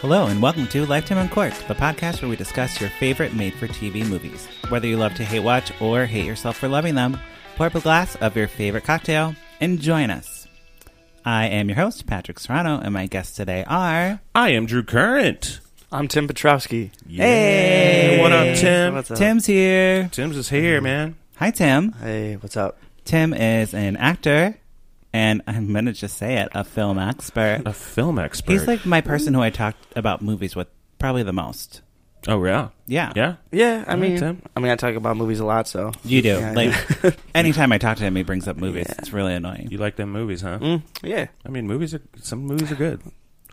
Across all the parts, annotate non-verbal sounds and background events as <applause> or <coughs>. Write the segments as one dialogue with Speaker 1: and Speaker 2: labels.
Speaker 1: Hello, and welcome to Lifetime Uncorked, the podcast where we discuss your favorite made for TV movies. Whether you love to hate watch or hate yourself for loving them, pour up a glass of your favorite cocktail and join us. I am your host, Patrick Serrano, and my guests today are.
Speaker 2: I am Drew Current.
Speaker 3: I'm Tim Petrowski.
Speaker 1: Hey!
Speaker 2: What up, Tim?
Speaker 3: What's up?
Speaker 1: Tim's here.
Speaker 2: Tim's is here, man.
Speaker 1: Hi, Tim.
Speaker 3: Hey, what's up?
Speaker 1: Tim is an actor, and I'm going to just say it a film expert.
Speaker 2: A film expert.
Speaker 1: He's like my person who I talked about movies with probably the most.
Speaker 2: oh yeah,
Speaker 1: Yeah.
Speaker 2: yeah.
Speaker 3: Yeah, I
Speaker 2: Hi,
Speaker 3: mean,
Speaker 2: Tim.
Speaker 3: I mean, I talk about movies a lot, so
Speaker 1: You do.
Speaker 3: Yeah,
Speaker 1: like
Speaker 3: yeah. <laughs>
Speaker 1: anytime I talk to him, he brings up movies.
Speaker 3: Yeah.
Speaker 1: It's really annoying.
Speaker 2: You like them movies, huh?
Speaker 3: Mm, yeah.
Speaker 2: I mean, movies are some movies
Speaker 1: <laughs>
Speaker 2: are good,
Speaker 1: Hmm?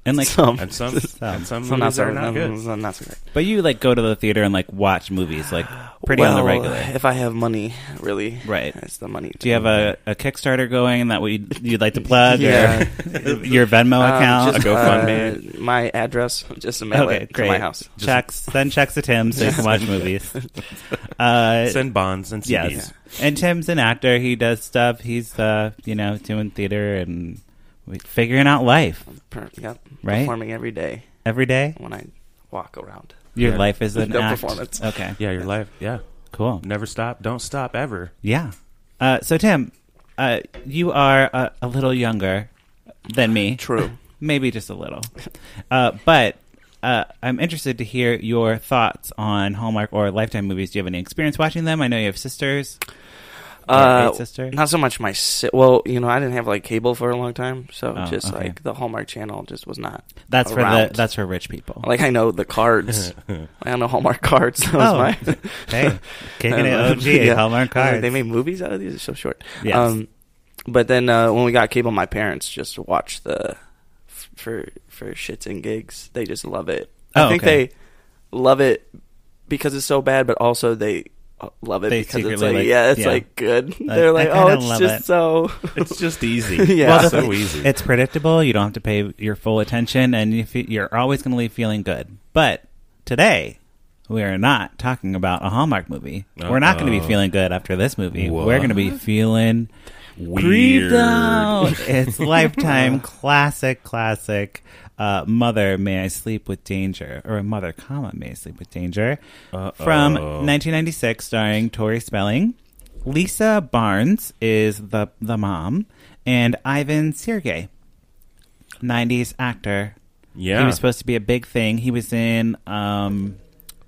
Speaker 1: And like,
Speaker 3: <laughs> some,
Speaker 2: and some
Speaker 1: Some.
Speaker 2: and some,
Speaker 3: some not
Speaker 2: movies
Speaker 3: so, um,
Speaker 2: are not good.
Speaker 3: some not so great.
Speaker 1: but you like go to the theater and like watch movies
Speaker 3: <sighs>
Speaker 1: like pretty on the
Speaker 3: Well,
Speaker 1: regular.
Speaker 3: If I have money, really,
Speaker 1: Right.
Speaker 3: It's the money.
Speaker 1: Do you have a, a Kickstarter going that what you'd, you'd like to plug?
Speaker 3: Yeah.
Speaker 1: Or <laughs> your Venmo
Speaker 3: Um,
Speaker 1: account?
Speaker 3: just,
Speaker 2: A GoFundMe?
Speaker 3: uh, my address, just to mail
Speaker 1: okay,
Speaker 3: it
Speaker 1: great.
Speaker 3: to my house.
Speaker 1: Checks. Send checks to Tim so you can
Speaker 3: <laughs>
Speaker 1: watch movies. Uh,
Speaker 2: Send bonds and CDs.
Speaker 1: yes. And Tim's an actor. He does stuff. He's, uh, you know, doing theater and like, figuring out life
Speaker 3: Per- yep.
Speaker 1: Right?
Speaker 3: Performing every day
Speaker 1: every day.
Speaker 3: when I walk around.
Speaker 1: Your
Speaker 2: Yeah.
Speaker 1: life is an
Speaker 3: No
Speaker 1: act.
Speaker 3: performance.
Speaker 1: Okay.
Speaker 2: Yeah, your life. Yeah,
Speaker 1: Cool.
Speaker 2: never stop. Don't
Speaker 1: <laughs>
Speaker 2: stop ever.
Speaker 1: Yeah. Uh, so Tim, uh, you are uh, a, a little younger than me,
Speaker 3: True.
Speaker 1: maybe just a little, uh, but uh, I'm interested to hear your thoughts on Hallmark or Lifetime movies. Do you have any experience watching them? I know you have sisters. or
Speaker 3: Uh,
Speaker 1: great sister.
Speaker 3: Not so much my si- well, you know, I didn't have like cable for a long time, so
Speaker 1: Oh,
Speaker 3: just
Speaker 1: okay.
Speaker 3: like the Hallmark Channel just was not.
Speaker 1: that's for the
Speaker 3: around.
Speaker 1: that's for rich people.
Speaker 3: Like I know
Speaker 1: <laughs>
Speaker 3: the cards, I know Hallmark cards. <laughs> That was
Speaker 1: Oh.
Speaker 3: my
Speaker 1: <laughs> hey, kicking
Speaker 3: <laughs>
Speaker 1: it
Speaker 3: Um,
Speaker 1: OG
Speaker 3: yeah.
Speaker 1: Hallmark
Speaker 3: I was like,
Speaker 1: cards.
Speaker 3: They made movies out of these. They're so short. Um,
Speaker 1: Yes.
Speaker 3: but then uh, when we got cable, my parents just watched the f- for for shits and gigs. They just love it.
Speaker 1: Oh,
Speaker 3: I think
Speaker 1: okay.
Speaker 3: they love it because it's so bad, but also they uh, love it
Speaker 1: They
Speaker 3: because it's
Speaker 1: secretly
Speaker 3: like,
Speaker 1: like-
Speaker 3: yeah, it's
Speaker 1: yeah.
Speaker 3: like good. <laughs> They're
Speaker 1: I
Speaker 3: like,
Speaker 1: kinda
Speaker 3: oh, it's
Speaker 1: love
Speaker 3: just
Speaker 1: it."
Speaker 3: so. <laughs>
Speaker 2: It's just easy.
Speaker 1: <laughs>
Speaker 3: Yeah.
Speaker 1: Well, the
Speaker 2: so
Speaker 1: thing-
Speaker 2: easy.
Speaker 1: It's predictable. You don't have to pay your full attention, and you fe- you're always going to leave feeling good. But today, we are not talking about a Hallmark movie. We're not going to be
Speaker 2: Uh-oh.
Speaker 1: feeling good after this movie.
Speaker 2: What?
Speaker 1: We're going to be feeling
Speaker 2: Weird.
Speaker 1: grieved out.
Speaker 2: <laughs>
Speaker 1: It's lifetime classic, classic. Uh, mother, may I sleep with danger, or mother, comma, may I sleep with danger, from 1996, starring Tori Spelling. Lisa Barnes is the the mom, and Ivan Sergey, 90s actor.
Speaker 2: Yeah.
Speaker 1: He was supposed to be a big thing. He was in um,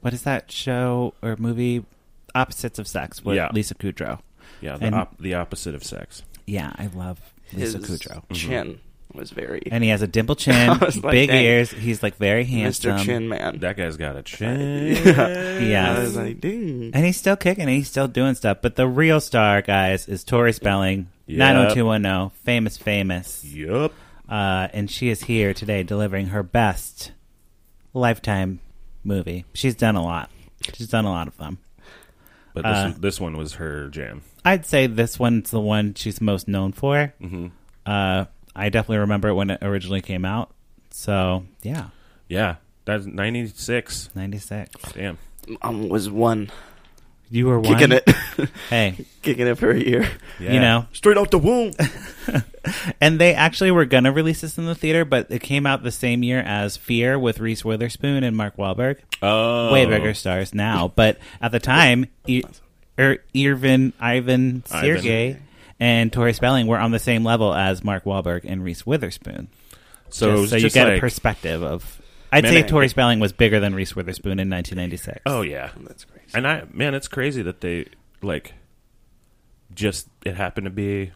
Speaker 1: what is that show or movie? Opposites of Sex with
Speaker 2: Yeah.
Speaker 1: Lisa Kudrow.
Speaker 2: yeah. The,
Speaker 1: and-
Speaker 2: op- the opposite of sex.
Speaker 1: Yeah, I love Lisa
Speaker 3: his
Speaker 1: Kudrow. Mm-hmm.
Speaker 3: chin was very
Speaker 1: And he has a dimple chin,
Speaker 3: <laughs> I was like,
Speaker 1: big
Speaker 3: dang.
Speaker 1: ears. He's like very handsome.
Speaker 3: Mr. Chin Man.
Speaker 2: That guy's got a chin.
Speaker 3: I
Speaker 1: Yeah.
Speaker 3: was like, ding.
Speaker 1: And he's still kicking. and He's still doing stuff. But the real star, guys, is Tori Spelling,
Speaker 2: Yep.
Speaker 1: 90210, famous, famous.
Speaker 2: Yup.
Speaker 1: Uh, and she is here today delivering her best lifetime movie. She's done a lot. She's done a lot of them.
Speaker 2: But this,
Speaker 1: Uh,
Speaker 2: this one was her jam.
Speaker 1: I'd say this one's the one she's most known for. Mm-hmm. Uh, I definitely remember it when it originally came out. So, yeah,
Speaker 2: Yeah. That's 96.
Speaker 1: 96.
Speaker 2: Damn.
Speaker 3: Um, was one
Speaker 1: You were one.
Speaker 3: kicking it, <laughs>
Speaker 1: Hey,
Speaker 3: kicking it for a year.
Speaker 2: Yeah.
Speaker 1: you know.
Speaker 3: Straight out the <laughs> womb.
Speaker 1: And they actually were going to release this in the theater, but it came out the same year as Fear with Reese Witherspoon and Mark Wahlberg.
Speaker 2: Oh.
Speaker 1: Way bigger stars now. But at the time, e- er, Irvin, Ivan
Speaker 2: Ivan.
Speaker 1: Sergey and Tori Spelling were on the same level as Mark Wahlberg and Reese Witherspoon.
Speaker 2: So, it
Speaker 1: Just
Speaker 2: was
Speaker 1: so you
Speaker 2: just
Speaker 1: get a
Speaker 2: like-
Speaker 1: perspective of. I'd
Speaker 2: Man,
Speaker 1: say
Speaker 2: I-
Speaker 1: Tori Spelling was bigger than Reese Witherspoon in 1996.
Speaker 2: Oh yeah,
Speaker 3: That's crazy.
Speaker 2: and I man, it's crazy that they like just it happened to be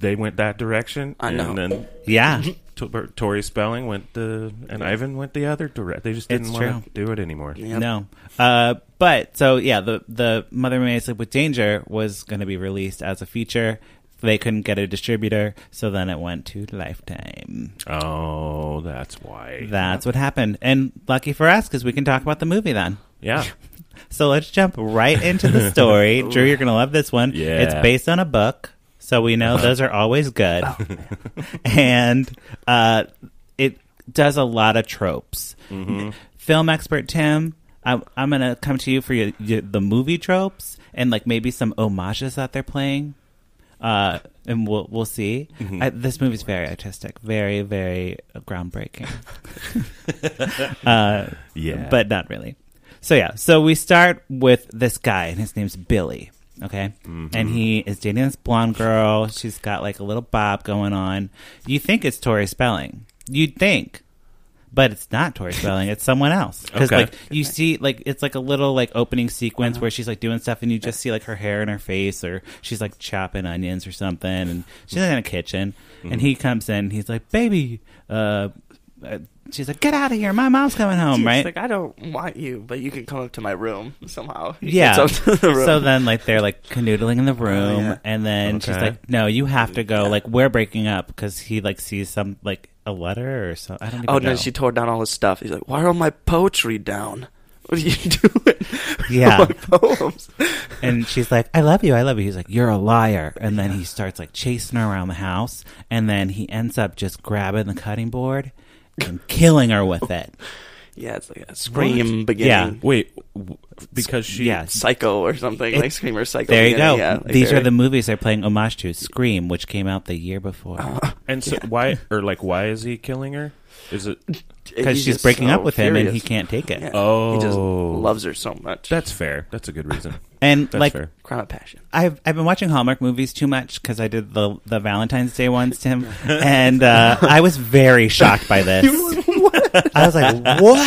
Speaker 2: they went that direction.
Speaker 3: I know.
Speaker 2: And then <laughs>
Speaker 1: yeah.
Speaker 2: T- Tori Spelling went the and Ivan went the other direct. They just didn't
Speaker 1: It's
Speaker 2: want to do it anymore.
Speaker 3: Yep.
Speaker 1: No. Uh, but so yeah, the the Mother May I Sleep with Danger was going to be released as a feature. They couldn't get a distributor, so then it went to Lifetime.
Speaker 2: Oh, that's why.
Speaker 1: That's what happened, and lucky for us because we can talk about the movie then. <laughs>
Speaker 2: yeah,
Speaker 1: So let's jump right into the story. Drew, you're gonna love this one.
Speaker 2: Yeah.
Speaker 1: It's based on a book, so we know those are always good. <laughs> and uh, it does a lot of tropes. Film expert Tim, I'm, I'm gonna come to you for your, your, the movie tropes and like maybe some homages that they're playing. uh, and we'll we'll see. I, this movie's very artistic, very very groundbreaking. uh,
Speaker 2: Yeah.
Speaker 1: but not really. So yeah, so we start with this guy, and his name's Billy. Okay,
Speaker 2: Mm-hmm.
Speaker 1: and he is dating this blonde girl. She's got like a little bob going on. You think it's Tori Spelling? You'd think, but it's not Tori Spelling. it's someone else because
Speaker 2: Okay. Uh-huh.
Speaker 1: like you see like it's like a little like opening sequence where she's like doing stuff, and you just see like her hair in her face, or she's like chopping onions or something, and she's in a kitchen,
Speaker 2: Mm-hmm.
Speaker 1: and he comes in. he's like, "Baby," uh, uh, she's like, "Get out of here! My mom's coming home."
Speaker 3: It's
Speaker 1: right?
Speaker 3: Like I don't want you, but you can come up to my room somehow. <laughs> You
Speaker 1: Yeah.
Speaker 3: gets up to the room. Oh,
Speaker 1: So then, like, they're like canoodling in the room,
Speaker 3: yeah.
Speaker 1: and then she's
Speaker 2: Okay.
Speaker 1: like, "No, you have to go. Like, we're breaking up because he like sees some like a letter or something. I don't. Even
Speaker 3: oh
Speaker 1: know.
Speaker 3: no, she <laughs> tore down all his stuff. He's like, "Why are all my poetry down? <laughs> What are you doing? <laughs>
Speaker 1: Yeah.
Speaker 3: all my poems." <laughs>
Speaker 1: and she's like, "I love you, I love you." He's like, "You're a liar," and then he starts like chasing her around the house, and then he ends up just grabbing the cutting board
Speaker 3: <laughs>
Speaker 1: and killing her with it.
Speaker 3: Yeah, it's like a scream beginning.
Speaker 1: Yeah.
Speaker 2: Wait, w- because she.
Speaker 1: yeah.
Speaker 3: Psycho or something,
Speaker 1: It-
Speaker 3: like Scream or Psycho.
Speaker 1: There you
Speaker 3: beginning,
Speaker 1: go.
Speaker 3: Yeah, like
Speaker 1: These
Speaker 3: very-
Speaker 1: are the movies they're playing homage to Scream, which came out the year before.
Speaker 3: Oh,
Speaker 2: And so
Speaker 1: <laughs>
Speaker 2: why, or like, why is he killing her? Is it.
Speaker 1: because
Speaker 3: <laughs> he's
Speaker 1: she's
Speaker 3: just
Speaker 1: breaking
Speaker 3: so
Speaker 1: up with him and he
Speaker 3: furious.
Speaker 1: can't take it.
Speaker 3: <laughs> Yeah. he just
Speaker 2: Oh.
Speaker 3: loves her so much.
Speaker 2: That's fair. That's a good reason.
Speaker 1: And
Speaker 2: That's
Speaker 1: like
Speaker 2: fair.
Speaker 3: crime
Speaker 1: <laughs>
Speaker 3: of passion.
Speaker 1: I've I've been watching Hallmark movies too much because I did the the Valentine's Day ones, Tim, and uh, I was very shocked by
Speaker 3: <laughs>
Speaker 1: this. I was like,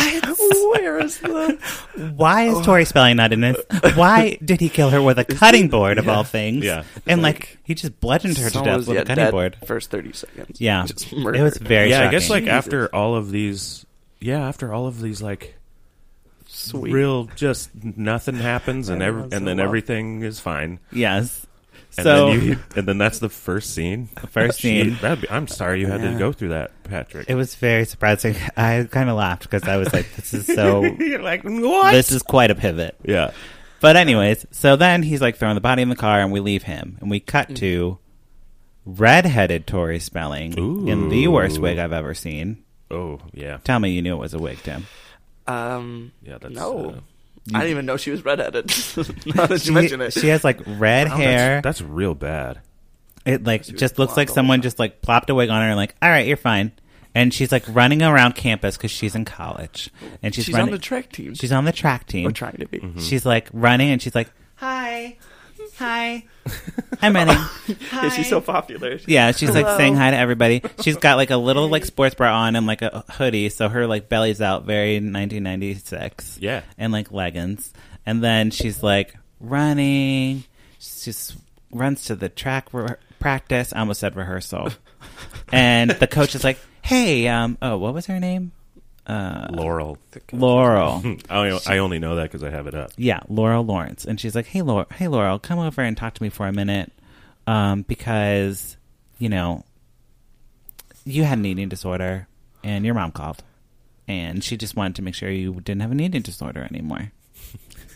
Speaker 1: "What?
Speaker 3: Where is the? Oh.
Speaker 1: Why is Tori Spelling not in this? Why did he kill her with a cutting board of all things?
Speaker 2: Yeah.
Speaker 1: and like,
Speaker 3: Like,
Speaker 1: he just bludgeoned her to
Speaker 3: Someone
Speaker 1: death
Speaker 3: was,
Speaker 1: with
Speaker 3: yeah,
Speaker 1: a cutting
Speaker 3: dead
Speaker 1: board.
Speaker 3: First thirty seconds.
Speaker 1: Yeah,
Speaker 3: just
Speaker 1: it was
Speaker 3: murdered.
Speaker 1: very.
Speaker 2: yeah, I
Speaker 1: shocking.
Speaker 2: guess like
Speaker 3: Jesus.
Speaker 2: after all of these. Yeah, after all of these, like.
Speaker 3: sweet.
Speaker 2: Real, just nothing happens, and every,
Speaker 3: Everyone's
Speaker 2: and
Speaker 3: in
Speaker 2: then
Speaker 3: love.
Speaker 2: everything is fine.
Speaker 1: yes.
Speaker 2: And
Speaker 1: so
Speaker 2: then you, and then that's the first
Speaker 1: <laughs>
Speaker 2: scene. The
Speaker 1: first scene.
Speaker 2: That'd be, I'm sorry you had to
Speaker 3: Yeah.
Speaker 2: go through that, Patrick.
Speaker 1: it was very surprising. I kind of laughed because I was like, "This is
Speaker 3: <laughs>
Speaker 1: so.
Speaker 2: You're like what?
Speaker 1: this is quite a pivot."
Speaker 2: yeah.
Speaker 1: But anyways, so then he's like throwing the body in the car, and we leave him, and we cut to redheaded Tori Spelling in the
Speaker 2: Ooh.
Speaker 1: worst wig I've ever seen.
Speaker 2: Oh yeah.
Speaker 1: Tell me you knew it was a wig, Tim.
Speaker 3: Um.
Speaker 2: Yeah, that's,
Speaker 3: no.
Speaker 2: uh,
Speaker 1: you-
Speaker 3: I didn't even know she
Speaker 1: <laughs>
Speaker 3: was redheaded. <laughs> now that
Speaker 1: She,
Speaker 3: you mention it, Oh,
Speaker 1: she has like
Speaker 3: <laughs>
Speaker 1: red
Speaker 2: Wow, that's-
Speaker 1: hair.
Speaker 2: Oh, That's, real bad.
Speaker 1: it like
Speaker 3: was
Speaker 1: just looks
Speaker 3: blonde
Speaker 1: like
Speaker 3: all the
Speaker 1: someone
Speaker 3: time.
Speaker 1: just like plopped a wig on her and like, all right, you're fine. And she's like running around campus because she's in college, and she's,
Speaker 3: she's
Speaker 1: running.
Speaker 3: on the track team.
Speaker 1: she's on the track
Speaker 3: or
Speaker 1: team.
Speaker 3: trying to be.
Speaker 2: Mm-hmm.
Speaker 3: <laughs>
Speaker 1: She's like running, and she's like, "Hi,
Speaker 3: <laughs>
Speaker 1: hi, I'm running." Hi.
Speaker 3: Is she so popular?
Speaker 1: Yeah, she's like
Speaker 3: Hello.
Speaker 1: saying hi to everybody. She's got like a little like sports bra on and like a hoodie, so her like belly's out, very 1996.
Speaker 2: Yeah.
Speaker 1: and like leggings, and then she's like running. She just runs to the track re- practice. I almost said rehearsal, and the coach is like, "Hey, um, oh, what was her name? Uh,
Speaker 2: Laurel.
Speaker 1: Laurel."
Speaker 2: <laughs> I, I only know that because I have it up.
Speaker 1: Yeah, Laurel Lawrence, and she's like, "Hey, Laurel, hey, Laurel, come over and talk to me for a minute, um, because you know you had an eating disorder, and your mom called, and she just wanted to make sure you didn't have an eating disorder
Speaker 2: <laughs>
Speaker 1: anymore.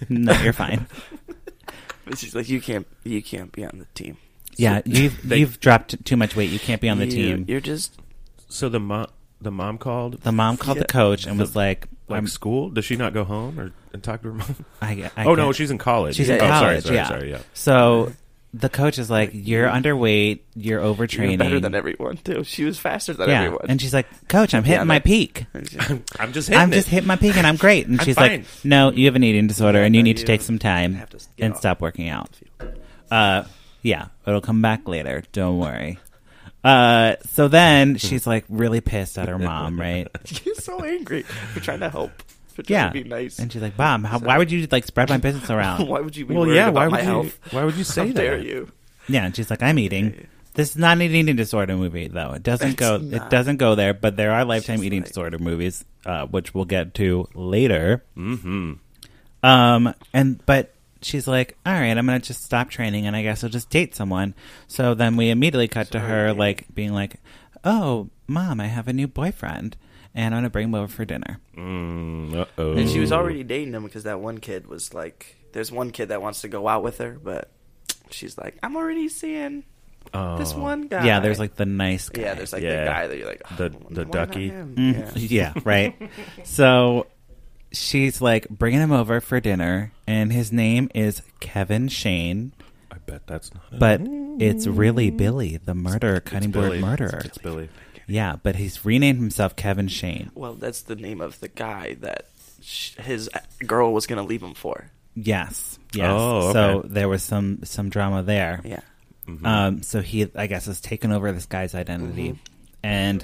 Speaker 1: no, you're fine.
Speaker 3: But She's like, you can't, you can't be on the team.
Speaker 1: Yeah, you've
Speaker 2: <laughs> They-
Speaker 1: you've dropped too much weight. You can't be on the
Speaker 3: You-
Speaker 1: team.
Speaker 3: You're just
Speaker 2: So the mom, the mom called
Speaker 1: The mom called
Speaker 3: Yeah.
Speaker 1: the coach and was like,
Speaker 2: like
Speaker 1: I'm-
Speaker 2: school. Does she not go home or and talk to her mom?
Speaker 1: I, I
Speaker 2: oh no,
Speaker 1: can't-
Speaker 2: she's in college.
Speaker 1: She's in
Speaker 2: oh,
Speaker 1: college.
Speaker 2: Sorry, sorry,
Speaker 1: yeah.
Speaker 2: sorry. Yeah.
Speaker 1: So the coach is like, "You're underweight. You're overtraining.
Speaker 3: you're better than everyone too. She was faster than
Speaker 1: yeah."
Speaker 3: everyone.
Speaker 1: And she's like, "Coach, I'm hitting
Speaker 3: Yeah,
Speaker 1: my
Speaker 3: that-
Speaker 1: peak."
Speaker 3: <laughs> And she's like,
Speaker 2: I'm just hitting
Speaker 1: I'm just
Speaker 2: it.
Speaker 1: hitting my peak and I'm great. And
Speaker 3: <laughs>
Speaker 2: I'm
Speaker 1: she's
Speaker 2: fine.
Speaker 1: like, no, you have an eating disorder and you
Speaker 3: Yeah,
Speaker 1: need to
Speaker 3: you
Speaker 1: take some time
Speaker 3: have to get
Speaker 1: and
Speaker 3: off
Speaker 1: stop working out.
Speaker 3: field.
Speaker 1: Uh, yeah, it'll come back later. Don't worry. Uh, so
Speaker 3: <laughs>
Speaker 1: then she's like really pissed at her mom, right?
Speaker 3: she's so angry for trying to help. For <laughs> trying
Speaker 1: Yeah.
Speaker 3: to be nice.
Speaker 1: And she's like, mom, how, why would you like spread my
Speaker 3: <laughs>
Speaker 1: business around?
Speaker 3: why would you be
Speaker 2: well,
Speaker 3: worried
Speaker 2: yeah.
Speaker 3: about
Speaker 2: Why
Speaker 3: my
Speaker 2: would you?
Speaker 3: health?
Speaker 2: Why <laughs> would you say
Speaker 3: How
Speaker 2: that?
Speaker 3: dare you?
Speaker 1: Yeah, and she's like, I'm eating. This is not an eating disorder movie, though. It doesn't
Speaker 3: It's
Speaker 1: go. It
Speaker 3: not.
Speaker 1: doesn't go there. But there are lifetime
Speaker 3: just
Speaker 1: eating
Speaker 3: like-
Speaker 1: disorder movies, uh, which we'll get to later. Mm-hmm. Um, and but she's like, all right, I'm gonna just stop training, and I guess I'll just date someone. So then we immediately cut to her like being like, oh, mom, I have a new boyfriend, and I'm gonna bring him over for dinner.
Speaker 2: Mm, uh-oh.
Speaker 3: And she was already dating him because that one kid was like, there's one kid that wants to go out with her, but she's like, I'm already seeing
Speaker 2: Oh.
Speaker 3: this one guy.
Speaker 1: Yeah, there's like the nice guy.
Speaker 3: yeah, there's like
Speaker 2: Yeah.
Speaker 3: the guy that you're like, "Oh,
Speaker 2: The-
Speaker 3: why
Speaker 2: the
Speaker 3: not
Speaker 2: ducky." Mm-hmm.
Speaker 3: him?"
Speaker 1: Mm,
Speaker 3: Yeah.
Speaker 1: <laughs> yeah. right. so she's like bringing him over for dinner, and his name is Kevin Shane.
Speaker 2: I bet that's not it.
Speaker 1: But it's really Billy, the murderer, cutting board
Speaker 2: Mm. Billy.
Speaker 1: murderer.
Speaker 2: It's Billy.
Speaker 1: Yeah, but he's renamed himself Kevin Shane.
Speaker 3: Well, that's the name of the guy that sh- his uh, girl was going to leave him for.
Speaker 1: Yes, yes.
Speaker 2: Oh,
Speaker 1: So
Speaker 2: okay.
Speaker 1: there was some some drama there.
Speaker 3: Yeah.
Speaker 1: Um, so he, I guess, has taken over this guy's identity, and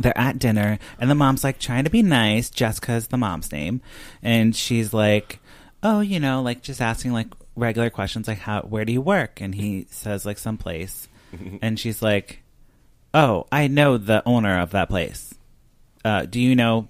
Speaker 1: they're at dinner, and the mom's like trying to be nice. Jessica's the mom's name, and she's like, "Oh, you know, like just asking like regular questions, like how, where do you work?" And he says like someplace, and she's like, "Oh, I know the owner of that place. Uh, do you know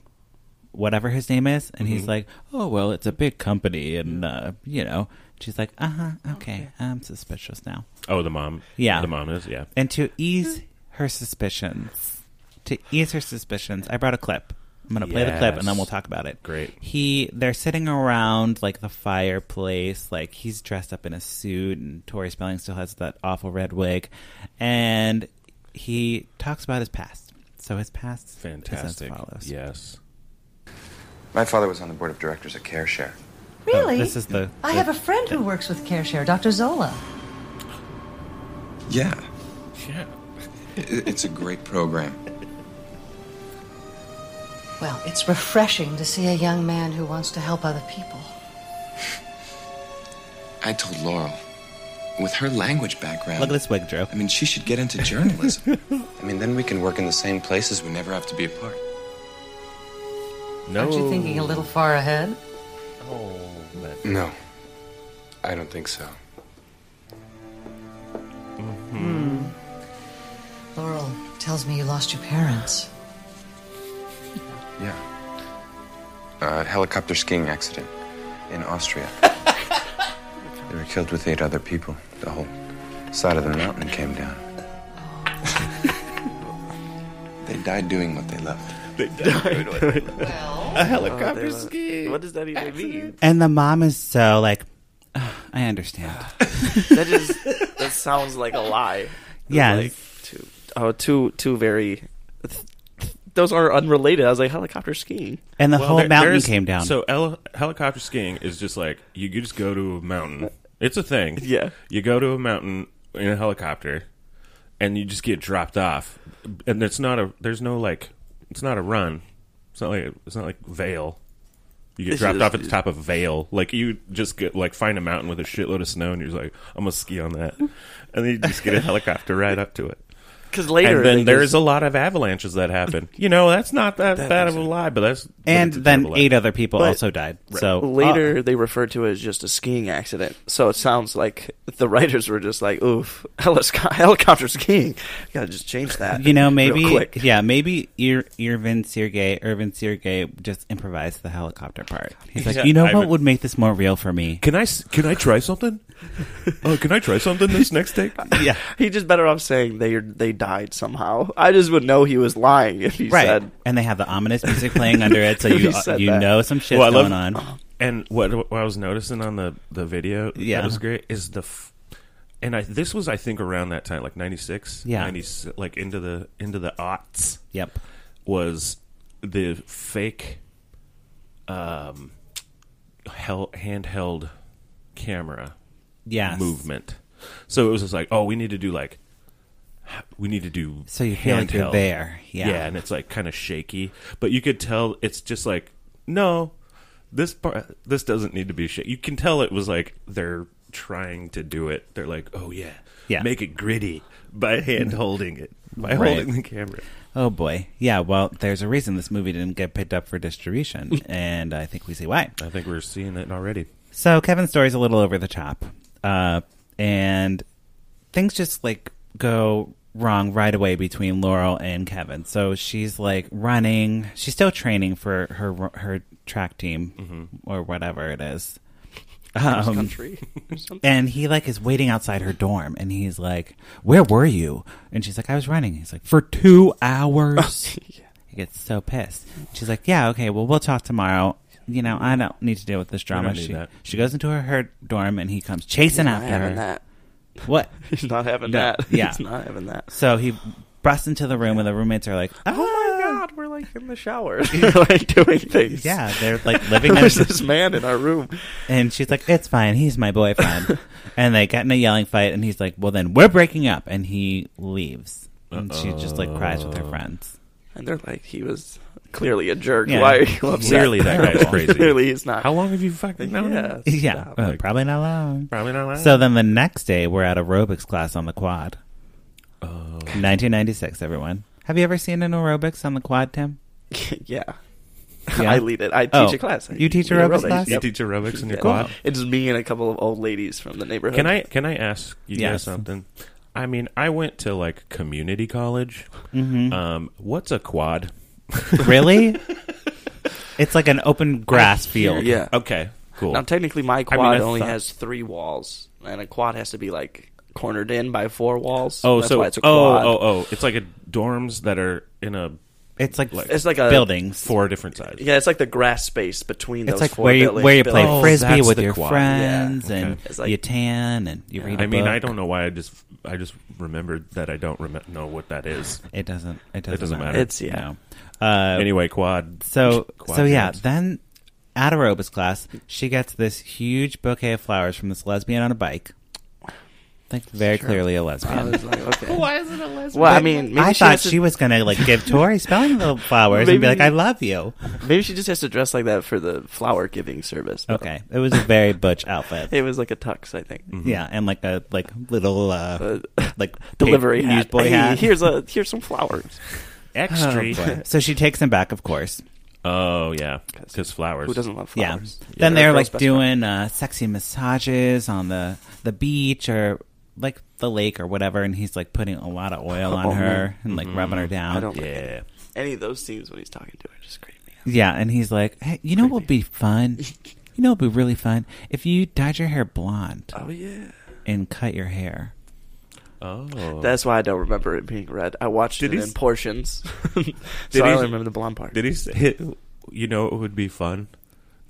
Speaker 1: whatever his name is, and he's like, "Oh well, it's a big company, and uh, you know." She's like, "Uh huh, okay, I'm suspicious now."
Speaker 2: Oh, the mom.
Speaker 1: Yeah.
Speaker 2: the mom is. Yeah.
Speaker 1: And to ease her suspicions, to ease her suspicions, I brought a clip. I'm gonna play the clip, and then
Speaker 2: Yes.
Speaker 1: we'll talk about it.
Speaker 2: Great.
Speaker 1: He, they're sitting around like the fireplace. Like he's dressed up in a suit, and Tori Spelling still has that awful red wig, and he talks about his past. So his past
Speaker 2: Fantastic.
Speaker 1: is as follows.
Speaker 2: Yes.
Speaker 4: My father was on the board of directors at CareShare.
Speaker 1: Oh,
Speaker 5: Really?
Speaker 1: this is the.
Speaker 5: I
Speaker 1: the-
Speaker 5: have a friend who works with CareShare, Dr. Zola.
Speaker 4: Yeah,
Speaker 2: Yeah.
Speaker 4: it- it's a great program.
Speaker 5: Well, it's refreshing to see a young man who wants to help other people.
Speaker 4: I told Laurel, with her language background,
Speaker 1: Look at this wig, Drew.
Speaker 4: I mean, she should get
Speaker 1: <laughs>
Speaker 4: into journalism. I mean, then we can work in the same places. We never have to be apart.
Speaker 2: No.
Speaker 5: Aren't you thinking a little far ahead?
Speaker 2: Oh, man.
Speaker 4: No, I don't think so.
Speaker 5: Laurel tells me you lost your parents.
Speaker 4: Yeah. Uh, A helicopter skiing accident in <laughs> Austria. they were killed with eight other people. The whole side of the mountain came down. <laughs> they died doing what they loved.
Speaker 5: Well,
Speaker 2: helicopter
Speaker 3: Uh, What does that even mean?
Speaker 1: And the mom is so like, <sighs> "Ugh, I understand.
Speaker 3: That just that sounds like a lie.
Speaker 1: Yeah.
Speaker 3: Like two, oh, two, two very. Those are unrelated. I was like helicopter skiing.
Speaker 1: And the
Speaker 2: Well,
Speaker 1: whole
Speaker 2: there-
Speaker 1: mountain
Speaker 2: there's-
Speaker 1: came down.
Speaker 2: So el- helicopter skiing is just like you, you just go to a mountain. It's a thing.
Speaker 3: Yeah.
Speaker 2: You go to a mountain in a helicopter, and you just get dropped off. And it's not a. There's no like. It's not a run. It's not like it's not like Vale. You get
Speaker 3: It's
Speaker 2: dropped
Speaker 3: just-
Speaker 2: off at the top of Vale. Like you just get like find a mountain with a shitload of snow, and you're just like, I'm gonna ski on that, <laughs> and then you just get a helicopter right up to it.
Speaker 3: Because later,
Speaker 2: And then
Speaker 3: they
Speaker 2: there's
Speaker 3: just-
Speaker 2: a lot of avalanches that happen. You know, that's not that, bad of a lie, but that's but
Speaker 1: and
Speaker 2: it's a
Speaker 1: then
Speaker 2: terrible lie.
Speaker 1: eight other people
Speaker 3: But-
Speaker 1: also died. So uh,
Speaker 3: later they refer to it as just a skiing accident. So it sounds like the writers were just like, "Oof, <laughs> helisco- helicopter skiing." Gotta just change
Speaker 1: uh,
Speaker 3: that.
Speaker 1: you know,
Speaker 3: real
Speaker 1: maybe
Speaker 3: quick.
Speaker 1: yeah, maybe Ir- Irvin Sergey, Irvin Sergey just improvised the helicopter part. He's like,
Speaker 2: Yeah,
Speaker 1: you know
Speaker 2: I
Speaker 1: what
Speaker 2: would-
Speaker 1: would make this more real for me?
Speaker 2: Can I s- can I
Speaker 1: <laughs>
Speaker 2: try something? Oh, can I try something this next take?
Speaker 1: yeah,
Speaker 3: <laughs> He just better off saying they they died somehow. I just would know he was lying if he
Speaker 1: right.
Speaker 3: said
Speaker 1: and they have the ominous music playing under it, so you uh,
Speaker 3: He said
Speaker 1: you
Speaker 3: that.
Speaker 1: know some shit's
Speaker 2: Well, I love-
Speaker 1: going
Speaker 2: <clears throat>
Speaker 1: on.
Speaker 2: And what, what I was noticing on the the video
Speaker 1: Yeah.
Speaker 2: that was great is the f- and I this was I think around that time like 96,
Speaker 1: Yeah.
Speaker 2: 96 like into the into the aughts
Speaker 1: Yep.
Speaker 2: was the fake um hel- handheld camera
Speaker 1: Yes.
Speaker 2: movement. So it was just like, oh, we need to do like, we need to do.
Speaker 1: So you feel like you're
Speaker 2: handheld.
Speaker 1: there. Yeah.
Speaker 2: and it's like kind of shaky, but you could tell it's just like, no, this part, this doesn't need to be shaky. You can tell it was like they're trying to do it. They're like, oh yeah,
Speaker 1: Yeah.
Speaker 2: make it gritty
Speaker 1: <laughs>
Speaker 2: by hand holding it, by
Speaker 1: Right.
Speaker 2: holding the camera.
Speaker 1: Oh boy. Yeah. Well, there's a reason this movie didn't get picked up for distribution, and I think we see why.
Speaker 2: I think we're seeing it already.
Speaker 1: So Kevin's story's a little over the top, uh, and things just like go wrong right away between Laurel and Kevin. So she's like running; she's still training for her her track team or whatever it is. Um,
Speaker 3: <laughs> country or something.
Speaker 1: and he like is waiting outside her dorm, and he's like, "Where were you?" And she's like, "I was running." He's like, "For two
Speaker 3: <laughs>
Speaker 1: hours." He gets so pissed. She's like, "Yeah, okay, well, we'll talk tomorrow." You know, I don't need to deal with this drama.
Speaker 2: don't need
Speaker 1: She,
Speaker 2: that.
Speaker 1: she goes into her, her dorm and he comes chasing
Speaker 3: Not
Speaker 1: after her.
Speaker 3: having that. <laughs>
Speaker 1: What?
Speaker 3: He's not having
Speaker 1: No,
Speaker 3: that. <laughs>
Speaker 1: yeah.
Speaker 3: He's not having that.
Speaker 1: So he busts into the room and the roommates are like, <laughs> "Oh,
Speaker 3: <laughs> my God, we're like in the <laughs> shower, like doing
Speaker 1: <laughs>
Speaker 3: things.
Speaker 1: Yeah, they're
Speaker 3: <laughs>
Speaker 1: like living
Speaker 3: There's
Speaker 1: in,
Speaker 3: this man in our room.
Speaker 1: and she's like, "It's fine, he's my boyfriend." and they got in a yelling fight, and he's like, "Well, then we're breaking up," and he leaves. And she just like cries with her friends. <laughs>
Speaker 3: And they're like, he was clearly a jerk.
Speaker 1: Yeah.
Speaker 3: Why are you upset?
Speaker 2: Clearly, that guy's
Speaker 3: <laughs>
Speaker 2: crazy.
Speaker 3: clearly he's not.
Speaker 2: How long have you fucking known
Speaker 3: yeah,
Speaker 2: him?
Speaker 1: Yeah,
Speaker 3: stop.
Speaker 1: well, probably not long.
Speaker 2: Probably not last.
Speaker 1: So then the next day, we're at aerobics class on the quad.
Speaker 2: Oh.
Speaker 1: 1996, everyone. Have you ever seen an aerobics on the quad, Tim?
Speaker 3: <laughs> yeah.
Speaker 1: Yeah.
Speaker 3: I lead it. I teach
Speaker 1: Oh.
Speaker 3: a class. I
Speaker 1: You teach
Speaker 3: lead
Speaker 1: aerobics class?
Speaker 2: you
Speaker 1: Yep.
Speaker 2: teach aerobics in your
Speaker 3: Yeah.
Speaker 2: quad?
Speaker 3: It's me and a couple of old ladies from the neighborhood.
Speaker 2: Can I can I ask you
Speaker 1: Yes.
Speaker 2: guys something? I mean, I went to like community college.
Speaker 3: Mm-hmm.
Speaker 2: Um, what's a quad?
Speaker 1: Really? it's like an open grass field.
Speaker 3: Yeah.
Speaker 2: <laughs> Okay, cool.
Speaker 3: Now, technically, my quad
Speaker 2: I
Speaker 3: only
Speaker 2: thought-
Speaker 3: has three walls, and a quad has to be like cornered in by four walls.
Speaker 2: oh,
Speaker 3: That's
Speaker 2: so
Speaker 3: why it's
Speaker 2: oh
Speaker 3: a quad.
Speaker 2: oh oh, it's like a dorms that are in a
Speaker 1: It's like,
Speaker 2: Like-
Speaker 3: It's like a
Speaker 1: buildings.
Speaker 2: four different sides.
Speaker 3: Yeah, it's like the grass space between
Speaker 1: it's
Speaker 3: those
Speaker 1: like
Speaker 3: four
Speaker 1: where you,
Speaker 3: building-
Speaker 1: where you play
Speaker 2: buildings.
Speaker 3: buildings.
Speaker 2: Oh,
Speaker 1: frisbee
Speaker 2: that's
Speaker 1: with
Speaker 2: the
Speaker 1: your
Speaker 2: quad.
Speaker 1: friends
Speaker 2: Yeah,
Speaker 1: and
Speaker 2: okay.
Speaker 3: It's like-
Speaker 1: you tan and you read. I
Speaker 2: I mean, I don't know why I just I just remembered that I don't rem- know what that is.
Speaker 1: It doesn't. It doesn't,
Speaker 2: doesn't matter.
Speaker 3: It's- yeah.
Speaker 1: No. Uh,
Speaker 2: Anyway, quad.
Speaker 1: So
Speaker 2: Quad
Speaker 1: so yeah,
Speaker 2: hands.
Speaker 1: then at aerobics class, she gets this huge bouquet of flowers from this lesbian on a bike. Like very clearly a lesbian.
Speaker 3: I
Speaker 1: <laughs>
Speaker 3: was like, okay.
Speaker 6: <laughs> Why is it a lesbian?
Speaker 3: Well, I mean, maybe
Speaker 1: I
Speaker 3: she
Speaker 1: thought
Speaker 3: has to-
Speaker 1: she was gonna like give
Speaker 3: <laughs>
Speaker 1: Tori spelling the flowers and be
Speaker 3: Maybe-
Speaker 1: like, "I love you."
Speaker 3: Maybe she just has to dress like that for the flower giving service. though.
Speaker 1: Okay, it was a very butch outfit.
Speaker 3: It was like a tux, I think.
Speaker 1: Yeah, and like a like little uh,
Speaker 3: Uh,
Speaker 1: like paper-
Speaker 3: <laughs> Delivery hat.
Speaker 1: newsboy
Speaker 3: Hey,
Speaker 1: hat. Oh,
Speaker 3: Here's a here's some flowers. oh,
Speaker 2: extra.
Speaker 1: Boy. So she takes him back, of course.
Speaker 2: <laughs> Oh yeah, because flowers.
Speaker 3: Who doesn't love
Speaker 1: Yeah.
Speaker 3: flowers?
Speaker 1: Then
Speaker 3: They're
Speaker 1: they're
Speaker 3: a girl's
Speaker 1: like
Speaker 3: best
Speaker 1: doing uh, sexy massages on the the beach or like the lake or whatever, and he's like putting a lot of oil
Speaker 3: Oh,
Speaker 1: on
Speaker 3: man.
Speaker 1: her and like rubbing her down.
Speaker 3: I don't like
Speaker 2: Yeah.
Speaker 3: any of those scenes when he's talking to her. Just creep me out.
Speaker 1: Yeah, and he's like, "Hey, you know what would be
Speaker 3: <laughs>
Speaker 1: fun? You know what would be really fun if you dyed your hair blonde
Speaker 3: Oh yeah.
Speaker 1: and cut your hair."
Speaker 2: Oh.
Speaker 3: That's why I don't remember it being red. I watched
Speaker 2: Did
Speaker 3: it
Speaker 2: he
Speaker 3: in
Speaker 2: s-
Speaker 3: portions. so
Speaker 2: Did
Speaker 3: I
Speaker 2: he-
Speaker 3: only remember the blonde part.
Speaker 2: Did he say? <laughs> You know, it would be fun.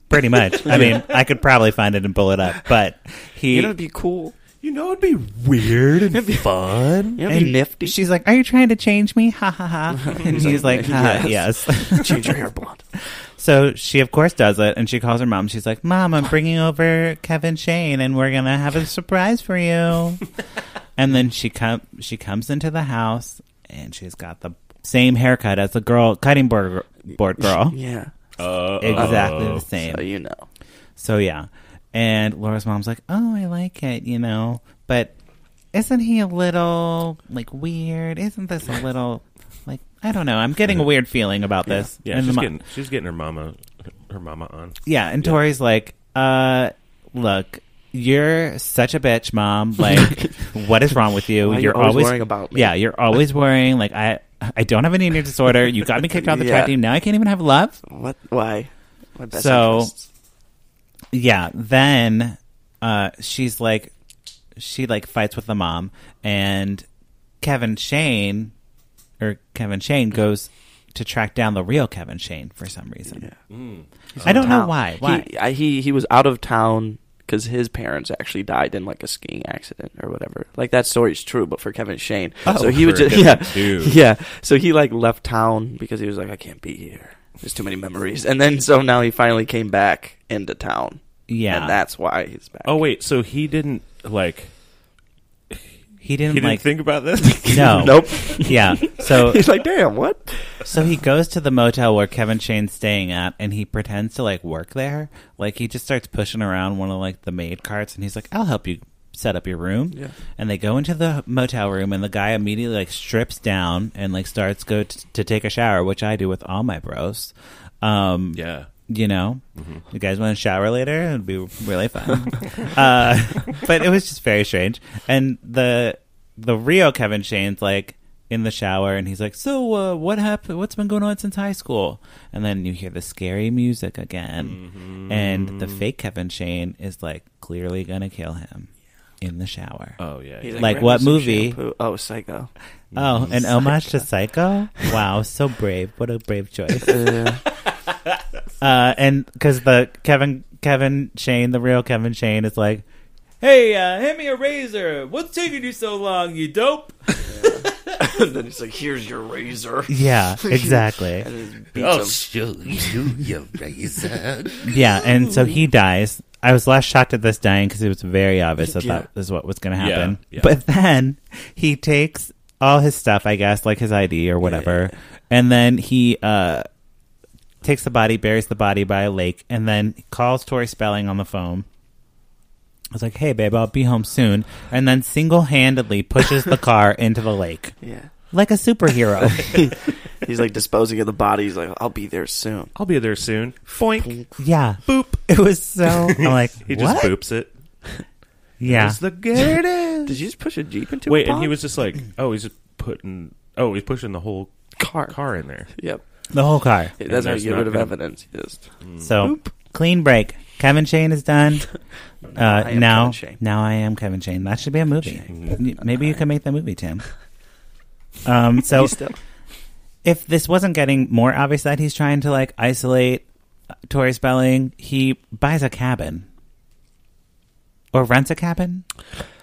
Speaker 1: Pretty much. I mean, I could probably find it and pull it up, but he
Speaker 3: You know, it'd be cool.
Speaker 2: You know, it'd be weird and
Speaker 1: <laughs>
Speaker 2: fun.
Speaker 3: You know, it'd be
Speaker 1: and
Speaker 3: nifty.
Speaker 1: She's like, "Are you trying to change me?" Ha ha ha.
Speaker 3: <laughs>
Speaker 1: And he's like, "Ha ha, yes." <laughs>
Speaker 3: Change your hair blonde.
Speaker 1: So she, of course, does it, and she calls her mom. She's like, "Mom, I'm bringing over Kevin Shane, and we're gonna have a surprise for
Speaker 2: <laughs>
Speaker 1: you." and then she come she comes into the house, and she's got the same haircut as the girl cutting board board
Speaker 2: <laughs>
Speaker 1: girl,
Speaker 3: Yeah. Oh,
Speaker 2: Uh,
Speaker 1: exactly the same.
Speaker 3: So you know.
Speaker 1: So yeah, and Laura's mom's like, "Oh, I like it, you know, but isn't he a little like weird? Isn't this a little like I don't know? I'm getting a weird feeling about this."
Speaker 2: Yeah,
Speaker 1: And the
Speaker 2: she's
Speaker 1: mo-
Speaker 2: getting she's getting her mama her mama on.
Speaker 1: Yeah, and Tori's like, uh, look, you're such a bitch,
Speaker 3: <laughs>
Speaker 1: mom. Like, what is wrong with you?
Speaker 3: Why are you always worrying about me?
Speaker 1: Yeah, you're always worrying. Like, I, I don't have an eating disorder. You got me kicked
Speaker 3: <laughs>
Speaker 1: off the track
Speaker 3: Yeah.
Speaker 1: team. Now I can't even have love.
Speaker 3: What? Why? My best
Speaker 1: So-
Speaker 3: interests.
Speaker 1: Yeah. Then, uh, she's like, she like fights with the mom, and Kevin Shane, or Kevin Shane goes to track down the real Kevin Shane for some reason. I don't know
Speaker 3: town.
Speaker 1: why. Why?
Speaker 3: He, I, he he was out of town because his parents actually died in like a skiing accident or whatever. Like that story's true, but for Kevin Shane,
Speaker 1: Oh,
Speaker 3: so he was
Speaker 2: For
Speaker 3: just
Speaker 2: Kevin,
Speaker 3: yeah
Speaker 2: dude.
Speaker 3: <laughs> yeah. So he like left town because he was like, I can't be here. There's too many memories. And then so now he finally came back into town.
Speaker 1: Yeah.
Speaker 3: and that's why he's back.
Speaker 2: Oh wait, so he didn't like
Speaker 1: he didn't
Speaker 2: he didn't
Speaker 1: like.
Speaker 2: think about
Speaker 1: <laughs>
Speaker 2: this?
Speaker 1: no.
Speaker 3: <laughs> <laughs> nope.
Speaker 1: Yeah. So
Speaker 3: <laughs> he's like, damn, what?
Speaker 1: So he goes to the motel where Kevin Shane's staying at, and he pretends to like work there. Like he just starts pushing around one of like the maid carts, and he's like, "I'll help you set up your room."
Speaker 3: Yeah.
Speaker 1: And they go into the motel room, and the guy immediately like strips down and like starts go t- to take a shower, which I do with all my bros. Um,
Speaker 2: yeah.
Speaker 1: you know, you guys want to shower later? It'd be really fun. <laughs> uh, but it was just very strange. And the the Rio Kevin Shane's like in the shower, and he's like, "So uh, what happened? What's been going on since high school?" And then you hear the scary music again, and the fake Kevin Shane is like clearly gonna kill him in the shower.
Speaker 2: Oh yeah.
Speaker 3: He's
Speaker 2: yeah.
Speaker 1: Like
Speaker 3: "Grab
Speaker 1: what
Speaker 3: some
Speaker 1: movie?"
Speaker 3: shampoo." Oh, Psycho. <laughs>
Speaker 1: oh, an homage to Psycho. Wow, so brave! What a brave choice.
Speaker 3: Uh,
Speaker 1: <laughs> uh, and because the Kevin Kevin Shane, the real Kevin Shane, is like, "Hey, uh, hand me a razor. What's taking you so long, you dope?"
Speaker 3: and then he's like, "Here's your razor."
Speaker 1: <laughs> Yeah, exactly.
Speaker 3: <laughs> And then he
Speaker 1: Oh,
Speaker 3: beats
Speaker 2: I'll
Speaker 3: him.
Speaker 2: show you your razor.
Speaker 1: Yeah, and so he dies. I was less shocked at this dying because it was very obvious that
Speaker 3: Yeah.
Speaker 1: that is what was going to happen.
Speaker 2: Yeah, yeah.
Speaker 1: But then he takes all his stuff, I guess, like his ID or whatever, and then he uh, takes the body, buries the body by a lake, and then calls Tori Spelling on the phone. I was like, "Hey, babe, I'll be home soon," and then single-handedly pushes
Speaker 2: <laughs>
Speaker 1: the car into the lake
Speaker 3: Yeah,
Speaker 1: like a superhero.
Speaker 3: he's like disposing of the body. He's like, "I'll be there soon."
Speaker 2: <laughs> I'll be there soon. Boink.
Speaker 1: yeah,
Speaker 2: Boop.
Speaker 1: it was so. I'm like,
Speaker 2: He
Speaker 1: what?
Speaker 2: just boops it.
Speaker 1: Yeah,
Speaker 2: It's the Gerda.
Speaker 3: Did you just push a jeep into?
Speaker 2: Wait,
Speaker 3: a
Speaker 2: and he
Speaker 3: pond?
Speaker 2: was just like, oh, he's just putting, oh, he's pushing the whole
Speaker 3: car.
Speaker 2: car in there.
Speaker 3: Yep,
Speaker 1: the whole car.
Speaker 3: that's how
Speaker 2: there's
Speaker 3: you get
Speaker 2: not
Speaker 3: rid of
Speaker 2: gonna-
Speaker 3: evidence. You just-
Speaker 1: So clean break. Kevin Shane is
Speaker 3: <laughs>
Speaker 1: done. Uh,
Speaker 3: I am
Speaker 1: now,
Speaker 3: Kevin Shane.
Speaker 1: now I am Kevin Shane. That should be a movie. Y- Maybe you can make that movie,
Speaker 3: <laughs>
Speaker 1: Tim. Um, so
Speaker 3: he's still-
Speaker 1: if this wasn't getting more obvious that he's trying to like isolate uh, Tori Spelling, he buys a cabin or rents a cabin.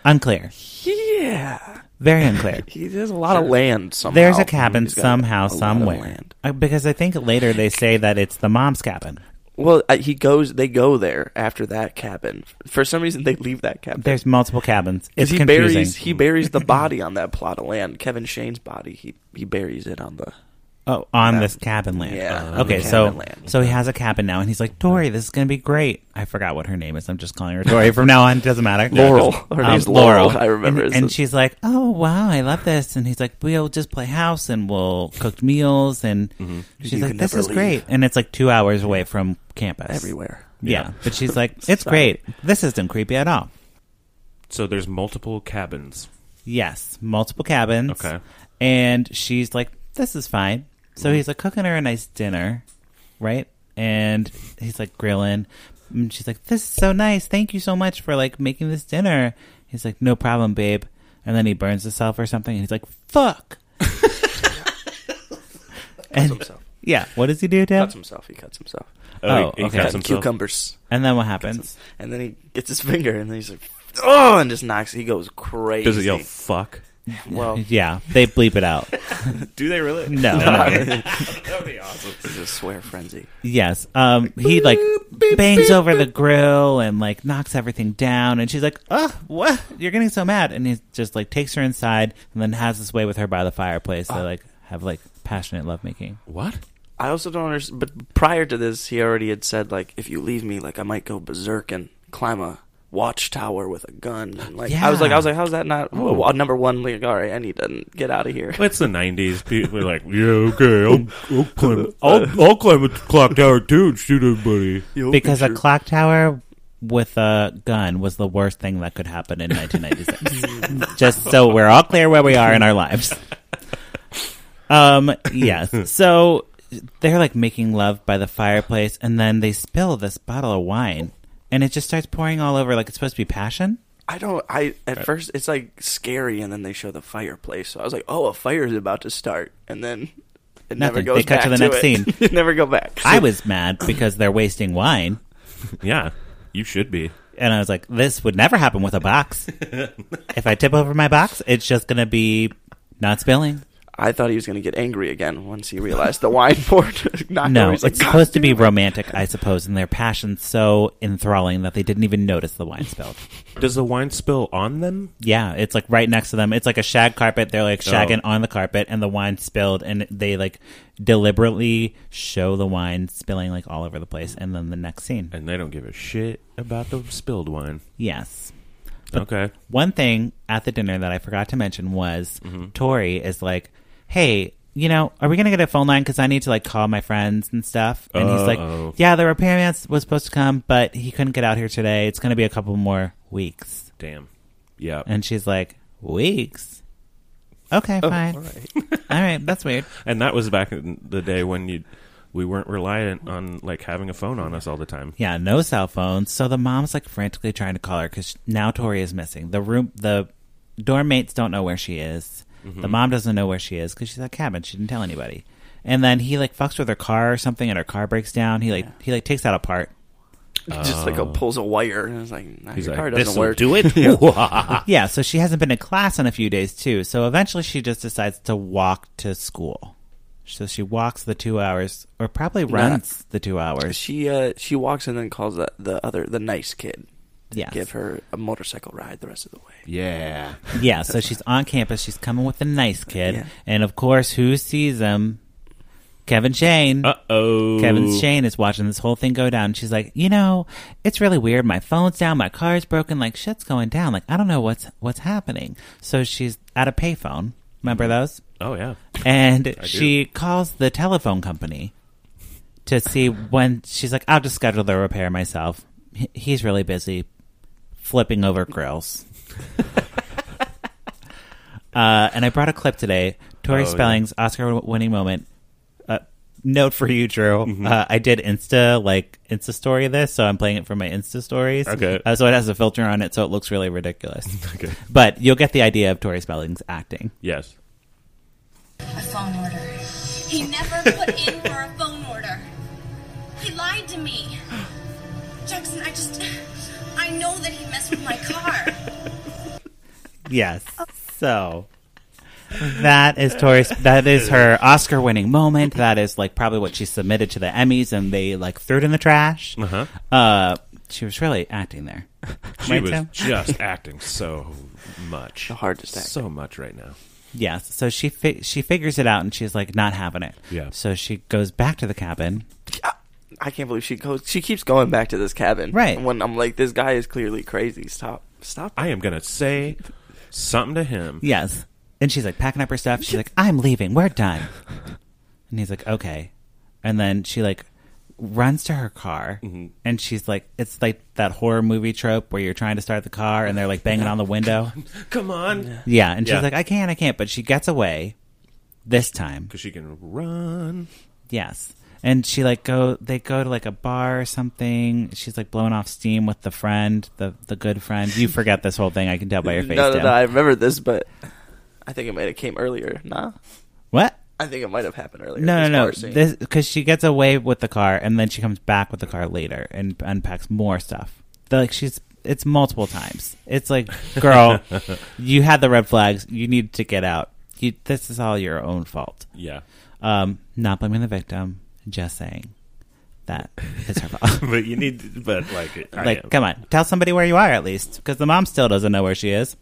Speaker 1: Unclear.
Speaker 3: yeah,
Speaker 1: Very
Speaker 3: <laughs>
Speaker 1: unclear.
Speaker 3: he there's a lot of land somehow.
Speaker 1: There's a cabin
Speaker 3: He's got
Speaker 1: somehow,
Speaker 3: a lot of
Speaker 1: somewhere.
Speaker 3: land.
Speaker 1: Uh, Because I think later they say that it's the mom's cabin.
Speaker 3: Well, I, he goes. They go there after that cabin. For some reason, they leave that cabin.
Speaker 1: There's multiple cabins. It's
Speaker 3: Because he
Speaker 1: confusing.
Speaker 3: buries he
Speaker 1: <laughs>
Speaker 3: buries the body on that plot of land. Kevin Shane's body. He he buries it on the.
Speaker 1: Oh, on
Speaker 3: That-
Speaker 1: this cabin land. Oh,
Speaker 3: Yeah, on
Speaker 1: okay,
Speaker 3: the
Speaker 1: so
Speaker 3: cabin land.
Speaker 1: so he has a cabin now, and he's like, Tori, this is gonna be great. I forgot what her name is. I'm just calling her Tori from now on. It doesn't matter.
Speaker 3: <laughs> Laurel.
Speaker 1: Um,
Speaker 3: Her name's Laurel. I remember.
Speaker 1: And,
Speaker 3: It's
Speaker 1: and
Speaker 3: a-
Speaker 1: she's like, Oh wow, I love this. And he's like, We'll just play house, and we'll cook meals, and she's
Speaker 3: Mm-hmm. You
Speaker 1: like,
Speaker 3: can
Speaker 1: This
Speaker 3: never
Speaker 1: is
Speaker 3: leave.
Speaker 1: great. And it's like two hours away from campus.
Speaker 3: Everywhere.
Speaker 1: Yeah, but
Speaker 3: <laughs>
Speaker 1: she's like, It's great. This isn't creepy at all.
Speaker 2: So there's multiple cabins.
Speaker 1: Yes, multiple cabins.
Speaker 2: Okay.
Speaker 1: And she's like, this is fine. So he's like cooking her a nice dinner, right? And he's like grilling. And she's like, this is so nice. Thank you so much for like making this dinner. He's like, no problem, babe. And then he burns himself or something. And he's like, fuck. <laughs> and,
Speaker 3: himself.
Speaker 1: yeah. What does he do, Tim?
Speaker 3: Cuts himself. He cuts himself.
Speaker 1: Oh, okay.
Speaker 2: cuts
Speaker 1: Cuts
Speaker 2: himself.
Speaker 3: Cucumbers.
Speaker 1: And then what happens?
Speaker 3: And then he gets his <laughs> finger, and then he's like, oh, and just knocks. He goes crazy.
Speaker 2: Does it yell fuck?
Speaker 3: <laughs> Well,
Speaker 1: Yeah, they bleep it out.
Speaker 2: <laughs> Do they really?
Speaker 1: No, no.
Speaker 2: that would be awesome.
Speaker 3: it's a swear frenzy.
Speaker 1: Yes. Um, he like bangs over the grill and like knocks everything down, and she's like, "Oh, what? You're getting so mad!" And he just like takes her inside, and then has this way with her by the fireplace. They like have like passionate lovemaking.
Speaker 2: What?
Speaker 3: I also don't understand. But prior to this, he already had said like, if you leave me, like I might go berserk and climb a watchtower with a gun. And, like I was like, I was like, how's that not well, well, number one? Like, all right, and he doesn't get out of here.
Speaker 2: Well, it's the '90s. People are like, "Yeah, okay, I'll, I'll climb, I'll, I'll climb a clock tower too and shoot everybody."
Speaker 1: Because a clock tower with a gun was the worst thing that could happen in 1996. Just so we're all clear where we are in our lives. Um. Yes. So they're like making love by the fireplace, and then they spill this bottle of wine, and it just starts pouring all over. Like it's supposed to be passion.
Speaker 3: I don't. I at first it's like scary, and then they show the fireplace. So I was like, oh, a fire is about to start, and then it never
Speaker 1: Nothing.
Speaker 3: goes.
Speaker 1: They cut
Speaker 3: back
Speaker 1: to the next
Speaker 3: it.
Speaker 1: scene.
Speaker 3: You <laughs> never go back.
Speaker 1: I was mad because they're wasting wine,
Speaker 2: Yeah, you should be.
Speaker 1: and I was like, "This would never happen with a box. if I tip over my box, it's just gonna be not spilling."
Speaker 3: I thought he was going to get angry again once he realized the wine <laughs> poured. knocked
Speaker 1: No,
Speaker 3: over.
Speaker 1: it's
Speaker 3: He's like, <laughs> "God
Speaker 1: supposed to be
Speaker 3: damn it."
Speaker 1: romantic, I suppose, and their passion so enthralling that they didn't even notice the wine spilled.
Speaker 2: Does the wine spill on them?
Speaker 1: Yeah, it's like right next to them. It's like a shag carpet. They're like shagging on the carpet, and the wine spilled, and they like deliberately show the wine spilling like all over the place, and then the next scene.
Speaker 2: And they don't give a shit about the spilled wine.
Speaker 1: Yes.
Speaker 2: Okay.
Speaker 1: One thing at the dinner that I forgot to mention was Tori is like, "Hey, you know, are we gonna get a phone line? Because I need to like call my friends and stuff." And he's
Speaker 2: Uh-oh.
Speaker 1: like, "Yeah, the repairman was supposed to come, but he couldn't get out here today. It's gonna be a couple more weeks."
Speaker 2: Damn. Yeah.
Speaker 1: And she's like, "Weeks? Okay, fine. Oh, All right. that's weird.
Speaker 2: And that was back in the day when you we weren't reliant on like having a phone on us all the time.
Speaker 1: Yeah, no cell phones. So the mom's like frantically trying to call her because now Tori is missing. The room, the dorm mates don't know where she is.
Speaker 3: Mm-hmm.
Speaker 1: The mom doesn't know where she is because she's at cabin. She didn't tell anybody. And then he like fucks with her car or something, and her car breaks down. He like he like takes that apart.
Speaker 3: just
Speaker 1: Oh.
Speaker 3: like a, pulls a wire, and it's like nah,
Speaker 2: He's
Speaker 3: your car
Speaker 2: like,
Speaker 3: doesn't
Speaker 2: this will
Speaker 3: work.
Speaker 2: do <laughs> it.
Speaker 3: Ah.
Speaker 2: Wah.
Speaker 1: Yeah, so she hasn't been to class in a few days too. So eventually she just decides to walk to school. So she walks the two hours, or probably runs the two hours.
Speaker 3: She uh, she walks in and calls the, the other the nice kid. to
Speaker 1: Yes.
Speaker 3: give her a motorcycle ride the rest of the way.
Speaker 2: yeah.
Speaker 1: Yeah, so she's on campus. She's coming with a nice kid.
Speaker 3: Yeah.
Speaker 1: And of course, who sees him? Kevin Shane.
Speaker 2: Uh oh.
Speaker 1: Kevin Shane is watching this whole thing go down. And she's like, you know, it's really weird. My phone's down. My car's broken. Like shit's going down. Like I don't know what's what's happening. So she's at a payphone. Remember those?
Speaker 2: Oh yeah.
Speaker 1: And she calls the telephone company to see when she's like, I'll just schedule the repair myself. H- He's really busy flipping over
Speaker 2: <laughs>
Speaker 1: grills. uh, and I brought a clip today. Tori
Speaker 2: Oh, yeah.
Speaker 1: Spelling's Oscar winning moment. Uh, note for you, Drew.
Speaker 2: Mm-hmm.
Speaker 1: Uh, I did Insta like Insta story this, so I'm playing it for my Insta stories.
Speaker 2: Okay.
Speaker 1: Uh, so it has a filter on it, so it looks really ridiculous.
Speaker 2: <laughs>
Speaker 1: <laughs>
Speaker 2: Okay.
Speaker 1: But you'll get the idea of Tori Spelling's acting.
Speaker 2: Yes.
Speaker 6: A phone order. He never put in for a phone order. He lied to me. <gasps> Jackson, I just. I know that he messed with my car.
Speaker 1: Yes. So that is Tori. That is her Oscar-winning moment. That is like probably what she submitted to the Emmys, and they like threw it in the
Speaker 2: <laughs>
Speaker 1: trash.
Speaker 2: Uh-huh.
Speaker 1: Uh, she was really acting there.
Speaker 2: She
Speaker 1: Right,
Speaker 2: was
Speaker 1: Tim?
Speaker 2: just <laughs> acting so much.
Speaker 3: The hardest acting.
Speaker 2: So much right now.
Speaker 1: Yes. So she fi- she figures it out, and she's like not having it.
Speaker 2: Yeah.
Speaker 1: So she goes back to the cabin.
Speaker 3: I can't believe she goes. She keeps going back to this cabin.
Speaker 1: Right.
Speaker 3: When I'm like, this guy is clearly crazy. Stop. Stop.
Speaker 2: I am gonna say something to him.
Speaker 1: Yes. And she's like packing up her stuff. She's like, I'm leaving. We're done. And he's like, okay. And then she like runs to her car
Speaker 3: Mm-hmm.
Speaker 1: and she's like, it's like that horror movie trope where you're trying to start the car and they're like banging on the window.
Speaker 3: <laughs>
Speaker 2: Come on.
Speaker 1: Yeah. And she's
Speaker 2: Yeah.
Speaker 1: like, I can't, I can't. But she gets away this time.
Speaker 2: Because she can run.
Speaker 1: Yes. And she like go they go to like a bar or something. She's like blowing off steam with the friend, the the good friend. You forget this whole thing, I can tell by your face.
Speaker 3: <laughs> no, no,
Speaker 1: Tim.
Speaker 3: no. I remember this, but I think it might have came earlier. Nah.
Speaker 1: What?
Speaker 3: I think it might have happened earlier.
Speaker 1: No,
Speaker 3: this
Speaker 1: no, no.
Speaker 3: bar scene.
Speaker 1: This because she gets away with the car, and then she comes back with the car later and unpacks more stuff. They're like she's it's multiple times. It's
Speaker 3: <laughs>
Speaker 1: like, girl, you had the red flags. You need to get out. You, this is all your own fault.
Speaker 2: Yeah.
Speaker 1: <laughs> Um, not blaming the victim. Just saying that is her
Speaker 3: <laughs>
Speaker 1: fault.
Speaker 2: But you need but like I
Speaker 1: like,
Speaker 2: am.
Speaker 1: come on, tell somebody where you are at least, because the mom still doesn't know where she is.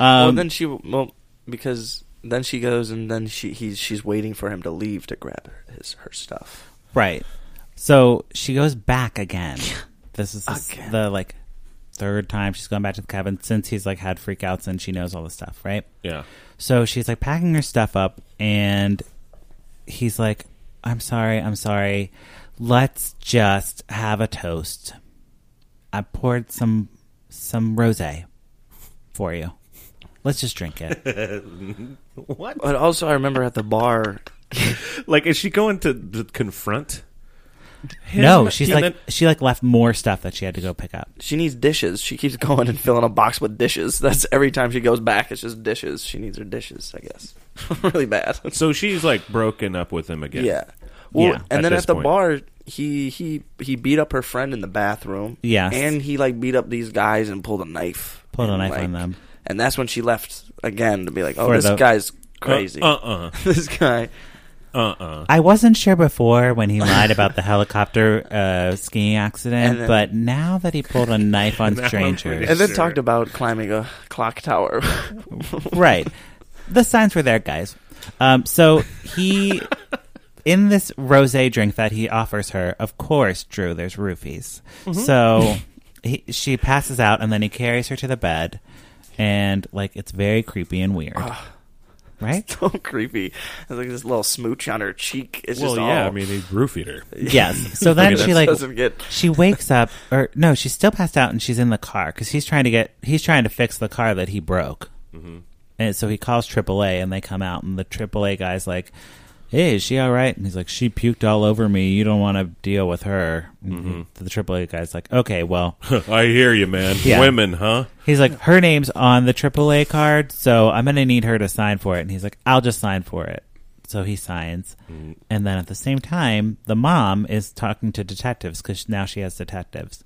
Speaker 1: Um,
Speaker 3: well, then she well because then she goes and then she he's she's waiting for him to leave to grab her, his her stuff.
Speaker 1: Right. So she goes back again. This is the, s-
Speaker 3: Again.
Speaker 1: the like third time she's gone back to the cabin since he's like had freakouts and she knows all the stuff, right?
Speaker 2: Yeah.
Speaker 1: So she's like packing her stuff up and he's like, I'm sorry, I'm sorry. Let's just have a toast. I poured some some rose for you. Let's just drink it.
Speaker 2: What?
Speaker 3: But also, I remember at the bar.
Speaker 2: Like is she going to, to confront? him?
Speaker 1: no, she's
Speaker 2: And
Speaker 1: like
Speaker 2: then-
Speaker 1: she like left more stuff that she had to go pick up.
Speaker 3: She needs dishes. She keeps <laughs> going and filling a box with dishes. That's every time she goes back. It's just dishes. She needs her dishes, I guess. <laughs> really bad. <laughs>
Speaker 2: so she's like broken up with him again.
Speaker 3: Yeah. Well,
Speaker 1: Yeah.
Speaker 2: At
Speaker 3: and then
Speaker 2: this
Speaker 3: at the
Speaker 2: point.
Speaker 3: bar, he he he beat up her friend in the bathroom.
Speaker 1: Yes.
Speaker 3: And he like beat up these guys and pulled a knife.
Speaker 1: Pulled a
Speaker 3: And,
Speaker 1: knife on
Speaker 3: like-
Speaker 1: them.
Speaker 3: And that's when she left again to be like, oh,
Speaker 1: For
Speaker 3: this
Speaker 1: the-
Speaker 3: guy's crazy.
Speaker 2: Uh uh.
Speaker 3: <laughs> this guy.
Speaker 2: Uh uh.
Speaker 1: I wasn't sure before when he lied
Speaker 2: <laughs>
Speaker 1: about the helicopter uh, skiing accident,
Speaker 3: And then-
Speaker 1: but now that he pulled
Speaker 2: <laughs>
Speaker 1: a knife on
Speaker 2: Now I'm
Speaker 1: strangers,
Speaker 2: pretty
Speaker 3: And then
Speaker 2: Sure.
Speaker 3: talked about climbing a clock tower. <laughs>
Speaker 1: right? The signs were there, guys. Um, so he, in this rosé drink that he offers her, of course, Drew, there's roofies.
Speaker 2: Mm-hmm.
Speaker 1: So he, she passes out, and then he carries her to the bed, and like it's very creepy and weird,
Speaker 2: Ah.
Speaker 1: right?
Speaker 3: so creepy. It's like this little smooch on her cheek. It's
Speaker 2: Well,
Speaker 3: just
Speaker 2: yeah.
Speaker 3: all.
Speaker 2: I mean, he roofied her.
Speaker 3: <laughs>
Speaker 1: Yes. So then
Speaker 2: Okay,
Speaker 1: she
Speaker 2: that
Speaker 1: like
Speaker 3: doesn't get-
Speaker 1: <laughs> she wakes up or no, she's still passed out and she's in the car because he's trying to get he's trying to fix the car that he broke,
Speaker 3: Mm-hmm.
Speaker 1: and so he calls AAA and they come out and the AAA guy's like, "Hey, is she all right?" And he's like, "She puked all over me. You don't want to deal with her."
Speaker 3: Mm-hmm.
Speaker 1: And The AAA guy's like, "Okay, well."
Speaker 2: <laughs> I hear you, man.
Speaker 1: Yeah.
Speaker 2: Women, huh?
Speaker 1: He's like, her name's on the AAA card, so I'm going to need her to sign for it. And he's like, I'll just sign for it. So he signs. And then at the same time, the mom is talking to detectives because now she has detectives.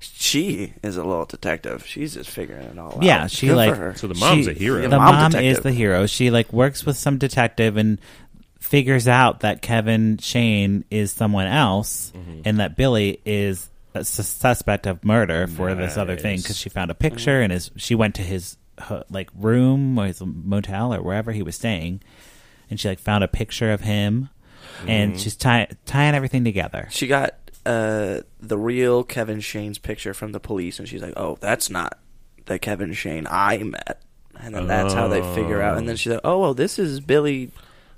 Speaker 3: she is a little detective. She's just figuring it all out.
Speaker 1: Yeah, she
Speaker 3: Oh, Good for
Speaker 1: like
Speaker 3: her.
Speaker 2: So the mom's
Speaker 1: she-
Speaker 2: a hero.
Speaker 1: The,
Speaker 3: The
Speaker 1: mom,
Speaker 3: mom
Speaker 1: is
Speaker 3: detective.
Speaker 1: the hero. She like works with some detective and figures out that Kevin Shane is someone else
Speaker 2: Mm-hmm.
Speaker 1: and that Billy is a sus- suspect of murder for this other thing
Speaker 2: Nice.
Speaker 1: because she found a
Speaker 3: Mm-hmm.
Speaker 1: picture and his she went to his her, like room or his motel or wherever he was staying and she like found a picture of him
Speaker 2: Mm-hmm.
Speaker 1: and she's tie- tying everything together.
Speaker 3: she got uh, the real Kevin Shane's picture from the police, and she's like, "Oh, that's not the Kevin Shane I met." And then that's how they figure out. And then she's like, "Oh, well, this is Billy."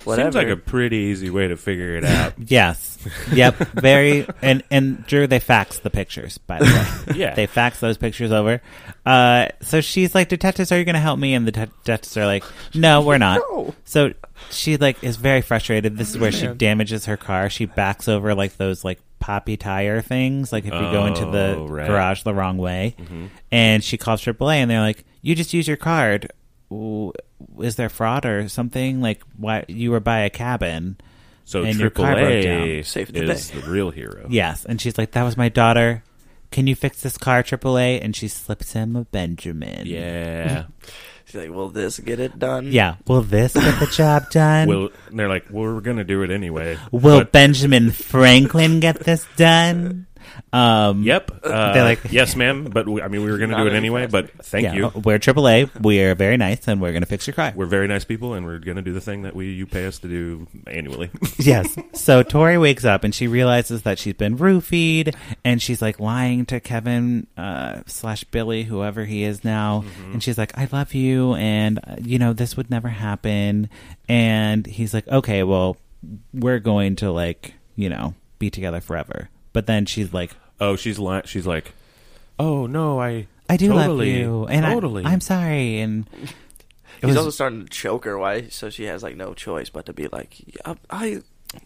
Speaker 3: Whatever.
Speaker 2: Seems like a pretty easy way to figure it out.
Speaker 1: Yes. Yep. Very. And and Drew, they fax the pictures. By the way,
Speaker 2: <laughs> Yeah.
Speaker 1: they fax those pictures over. Uh, so she's like, "Detectives, are you going to help me?" And the det- detectives are like, "No, we're
Speaker 2: <laughs>
Speaker 1: not."
Speaker 3: No.
Speaker 1: So she like is very frustrated. This is where she damages her car. She backs over like those like poppy tire things. Like if you go into the
Speaker 2: Oh, right. Mm-hmm.
Speaker 1: garage the wrong way, and she calls AAA, and they're like, "You just use your card." W- Is there fraud or something? Like, why you were by a cabin?
Speaker 2: So
Speaker 1: And your car broke down.
Speaker 2: AAA
Speaker 3: Saved the
Speaker 2: is
Speaker 3: day.
Speaker 2: the real hero.
Speaker 1: Yes, and she's like, "That was my daughter. Can you fix this car, AAA?" And she slips him a Benjamin.
Speaker 2: Yeah.
Speaker 3: She's like, "Will this get it done?"
Speaker 1: yeah. Will this get the job done? will
Speaker 2: Well, and they're like, well, we're gonna do it anyway. But-
Speaker 1: Benjamin Franklin get this done? Um,
Speaker 2: <laughs> yep. Uh,
Speaker 1: They're like-
Speaker 2: yes, ma'am. But we, I mean, we were gonna do it anyway. But thank
Speaker 1: yeah, oh.
Speaker 2: you.
Speaker 1: We're AAA. We are very nice, and we're going to fix your car.
Speaker 2: We're very nice people, and we're gonna do the thing that we you pay us to do annually. <laughs>
Speaker 1: yes. So Tori wakes up and she realizes that she's been roofied, and she's like lying to Kevin uh, slash Billy, whoever he is now. And she's like, "I love you," and uh, you know this would never happen. And he's like, "Okay, well, we're going to like you know be together forever." But then she's like,
Speaker 2: oh, she's li- she's like, oh no, I
Speaker 1: "I do
Speaker 2: totally,
Speaker 1: love you," and
Speaker 2: totally.
Speaker 1: I, am sorry. And it
Speaker 3: He's
Speaker 1: was
Speaker 3: also starting to choke her. Why? So she has like no choice but to be like, "I, I,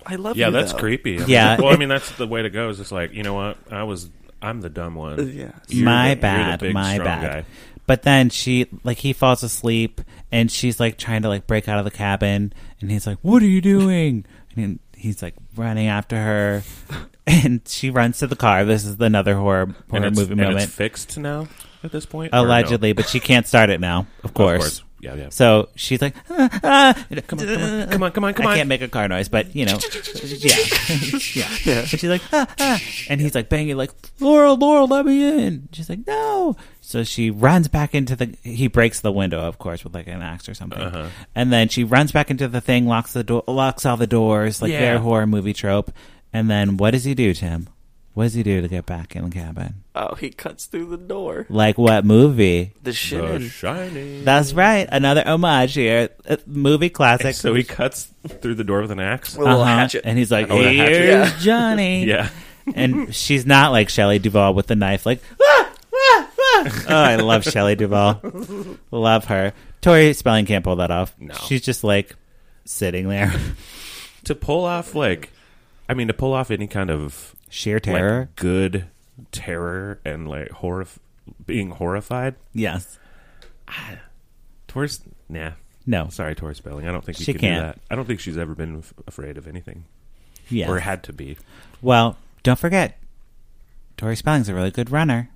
Speaker 3: I love
Speaker 2: yeah,
Speaker 3: you."
Speaker 2: that's
Speaker 3: though."
Speaker 2: creepy. I mean,
Speaker 1: Yeah.
Speaker 2: Well, I mean, that's the way to go. Is just like you know what? I was I'm the dumb one.
Speaker 3: Yeah.
Speaker 2: You're
Speaker 1: my
Speaker 2: the- you're the
Speaker 1: bad,
Speaker 2: big,
Speaker 1: my
Speaker 2: strong
Speaker 1: bad.
Speaker 2: guy.
Speaker 1: But then she like he falls asleep and she's like trying to like break out of the cabin and he's like, "What are you doing?" <laughs> And he's like running after her, <laughs> and she runs to the car. This is another horror
Speaker 2: And
Speaker 1: horror
Speaker 2: it's-
Speaker 1: movie
Speaker 2: and
Speaker 1: moment,
Speaker 2: it's fixed now at this point. Or no?
Speaker 1: allegedly, but she can't start it now, of course.
Speaker 2: Yeah, yeah.
Speaker 1: So she's like, <laughs> "Ah, ah,
Speaker 2: Come on, come on, come on, come on, come
Speaker 1: I
Speaker 2: on.
Speaker 1: can't make a car noise, but you know, yeah, <laughs> yeah. And she's like, ah, ah. and he's like banging, like Laurel, Laurel, let me in. She's like, no. So she runs back into the. He breaks the window, of course, with like an axe or something,
Speaker 2: Uh-huh.
Speaker 1: and then she runs back into the thing, locks the door, locks all the doors, like
Speaker 2: Yeah.
Speaker 1: their horror movie trope. And then what does he do, Tim? What does he do to get back in the cabin?
Speaker 3: Oh, he cuts through the door.
Speaker 1: Like what movie?
Speaker 3: The shit.
Speaker 2: The
Speaker 3: in.
Speaker 2: Shining.
Speaker 1: That's right, another homage here, Uh, movie classic.
Speaker 2: so he cuts through the door with an axe.
Speaker 3: a little
Speaker 1: Uh-huh.
Speaker 3: hatchet.
Speaker 1: And he's like,
Speaker 2: Oh, the hatchet.
Speaker 1: here's
Speaker 3: Yeah.
Speaker 1: Johnny.
Speaker 2: <laughs> Yeah.
Speaker 1: And she's not like Shelley Duvall with the knife, like, "Ah, ah, ah." oh, I love Shelley Duvall. Love her. Tori Spelling can't pull that off.
Speaker 2: No.
Speaker 1: She's just like sitting there.
Speaker 2: to pull off like I mean to pull off any kind of
Speaker 1: Sheer
Speaker 2: like,
Speaker 1: terror.
Speaker 2: good terror and like horror being horrified.
Speaker 1: yes.
Speaker 2: Taurus nah.
Speaker 1: No.
Speaker 2: Sorry, Taurus Spelling. I don't think you
Speaker 1: She
Speaker 2: can
Speaker 1: can't.
Speaker 2: do that. I don't think she's ever been f- afraid of anything
Speaker 1: Yes.
Speaker 2: or had to be.
Speaker 1: well, don't forget, Tori Spelling's a really good runner.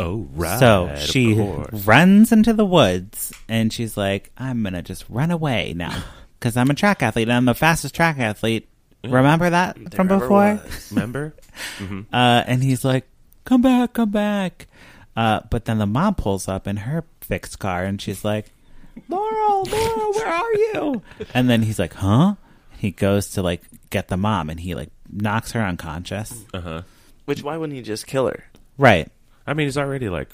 Speaker 2: Oh, right.
Speaker 1: so
Speaker 2: of
Speaker 1: she
Speaker 2: course.
Speaker 1: runs into the woods and she's like, I'm going to just run away
Speaker 2: <sighs>
Speaker 1: now because I'm a track athlete and I'm the fastest track athlete. Remember that from
Speaker 3: never
Speaker 1: before?
Speaker 3: was.
Speaker 2: remember?
Speaker 1: Uh, and he's like, come back, come back. Uh, but then the mom pulls up in her fixed car and she's like, Laurel, Laurel, where are
Speaker 3: <laughs>
Speaker 1: you? And then he's like, huh? He goes to like get the mom and he like knocks her unconscious.
Speaker 3: Which why wouldn't he just kill her?
Speaker 1: Right.
Speaker 2: I mean, he's already like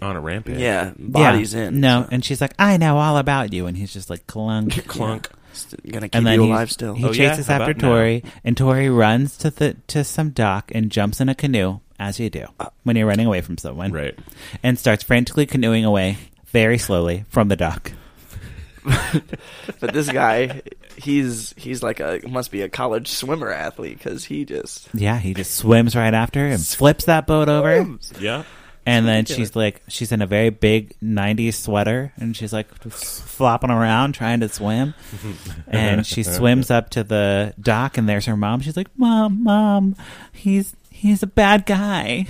Speaker 2: on a rampage.
Speaker 3: Yeah, body's
Speaker 1: Yeah.
Speaker 3: in.
Speaker 1: No. And she's like, I know all about you. And he's just like, <laughs> clunk.
Speaker 2: Clunk.
Speaker 3: St- gonna keep
Speaker 1: and then
Speaker 3: you
Speaker 1: he-
Speaker 3: alive still.
Speaker 1: He
Speaker 2: Oh, yeah?
Speaker 1: chases
Speaker 2: How
Speaker 1: after
Speaker 2: about now?
Speaker 1: Tori, and Tori runs to the to some dock and jumps in a canoe, as you do
Speaker 3: Uh,
Speaker 1: when you're running away from someone,
Speaker 2: Right.
Speaker 1: And starts frantically canoeing away very slowly from the dock.
Speaker 3: But this guy, he's he's like a must be a college swimmer athlete because he just
Speaker 1: Yeah, he just swims right after her and flips that boat over.
Speaker 2: Yeah.
Speaker 1: And then she's like, she's in a very big 90s sweater and she's like flopping around trying to
Speaker 3: <laughs>
Speaker 1: swim. and she swims up to the dock and there's her mom. She's like, Mom, Mom, he's he's a bad guy.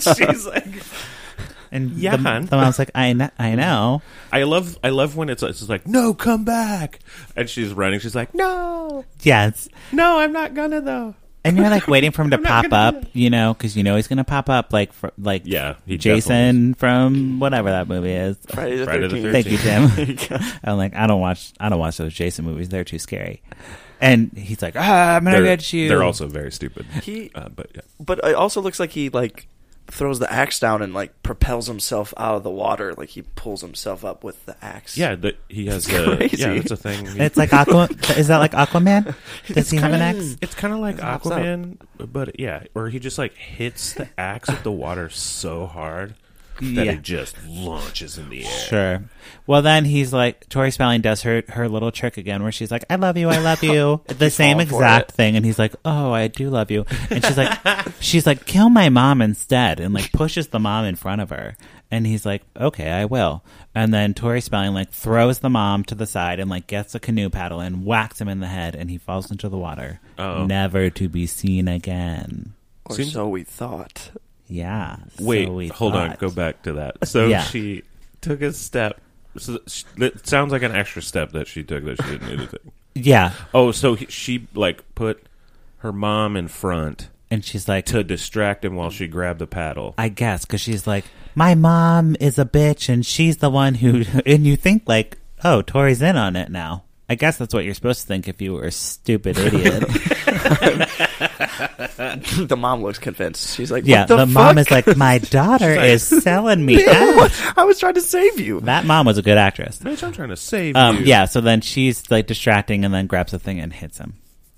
Speaker 1: she's like, and
Speaker 2: Yeah,
Speaker 1: the,
Speaker 2: hon.
Speaker 1: the mom's like, I, kn- I know.
Speaker 2: I love I love when it's it's just like no, come back, and she's running. She's like no,
Speaker 1: Yes.
Speaker 2: no, I'm not gonna though.
Speaker 1: And you're like waiting for
Speaker 2: <laughs>
Speaker 1: him to
Speaker 2: not
Speaker 1: pop
Speaker 2: gonna
Speaker 1: up, you know, because you know he's going to pop up like, fr- like
Speaker 2: Yeah, he
Speaker 1: Jason from whatever that movie
Speaker 2: <laughs>
Speaker 1: is.
Speaker 3: Friday the
Speaker 2: Friday the
Speaker 3: thirteenth.
Speaker 1: Thank you, Tim.
Speaker 3: <laughs> you.
Speaker 1: <laughs> I'm like, I don't watch, I don't watch those Jason movies. They're too scary. And he's like, ah, I'm gonna get you.
Speaker 2: They're also very stupid.
Speaker 3: He-
Speaker 2: uh, but yeah.
Speaker 3: but it also looks like he like throws the axe down and like propels himself out of the water. Like he pulls himself up with the axe.
Speaker 2: Yeah, the, he has
Speaker 3: It's
Speaker 2: a
Speaker 3: crazy.
Speaker 2: yeah. That's a thing. He- Mm.
Speaker 1: It's like
Speaker 2: <laughs>
Speaker 1: Aqua. is that like Aquaman? Does he have an axe?
Speaker 2: It's kind of like
Speaker 3: hops up.
Speaker 2: Aquaman, but yeah, or he just like hits the axe with the water so hard that
Speaker 1: Yeah.
Speaker 2: it just launches in the air.
Speaker 1: Sure. Well, then he's like, Tori Spelling does her her little trick again, where she's like, "I love you, I love
Speaker 2: <laughs>
Speaker 1: you," the same
Speaker 3: falling for
Speaker 1: exact
Speaker 3: it.
Speaker 1: thing, and he's like, "Oh, I do love you," and she's
Speaker 2: <laughs>
Speaker 1: like, "She's like, kill my mom instead," and like pushes the mom in front of her, and he's like, "Okay, I will," and then Tori Spelling like throws the mom to the side and like gets a canoe paddle and whacks him in the head, and he falls into the water,
Speaker 2: Uh-oh.
Speaker 1: never to be seen again.
Speaker 3: or
Speaker 2: Seems-
Speaker 3: so we thought. <laughs>
Speaker 1: Yeah. so
Speaker 2: Wait,
Speaker 1: we
Speaker 2: hold on,
Speaker 1: thought.
Speaker 2: go back to that. So
Speaker 1: Yeah.
Speaker 2: she took a step. So that she, it sounds like an extra step that she took that she didn't need to
Speaker 1: <laughs>
Speaker 2: take.
Speaker 1: Yeah,
Speaker 2: Oh, so he, she like put her mom in front
Speaker 1: and she's like,
Speaker 2: to distract him while she grabbed the paddle.
Speaker 1: I guess because she's like, my mom is a bitch, and she's the one who. <laughs> And you think like, oh, Tori's in on it now. I guess that's what you're supposed to think if you were a stupid idiot.
Speaker 3: the mom looks convinced. She's like,
Speaker 1: yeah,
Speaker 3: what the,
Speaker 1: the, mom
Speaker 3: fuck? <laughs>
Speaker 1: is like, "Ah." my daughter is selling me out.
Speaker 3: I was trying to save you.
Speaker 1: That mom was a good actress.
Speaker 2: Bitch, I'm trying to save
Speaker 1: Um,
Speaker 2: you.
Speaker 1: yeah, so then she's like distracting, and then grabs the thing and hits him.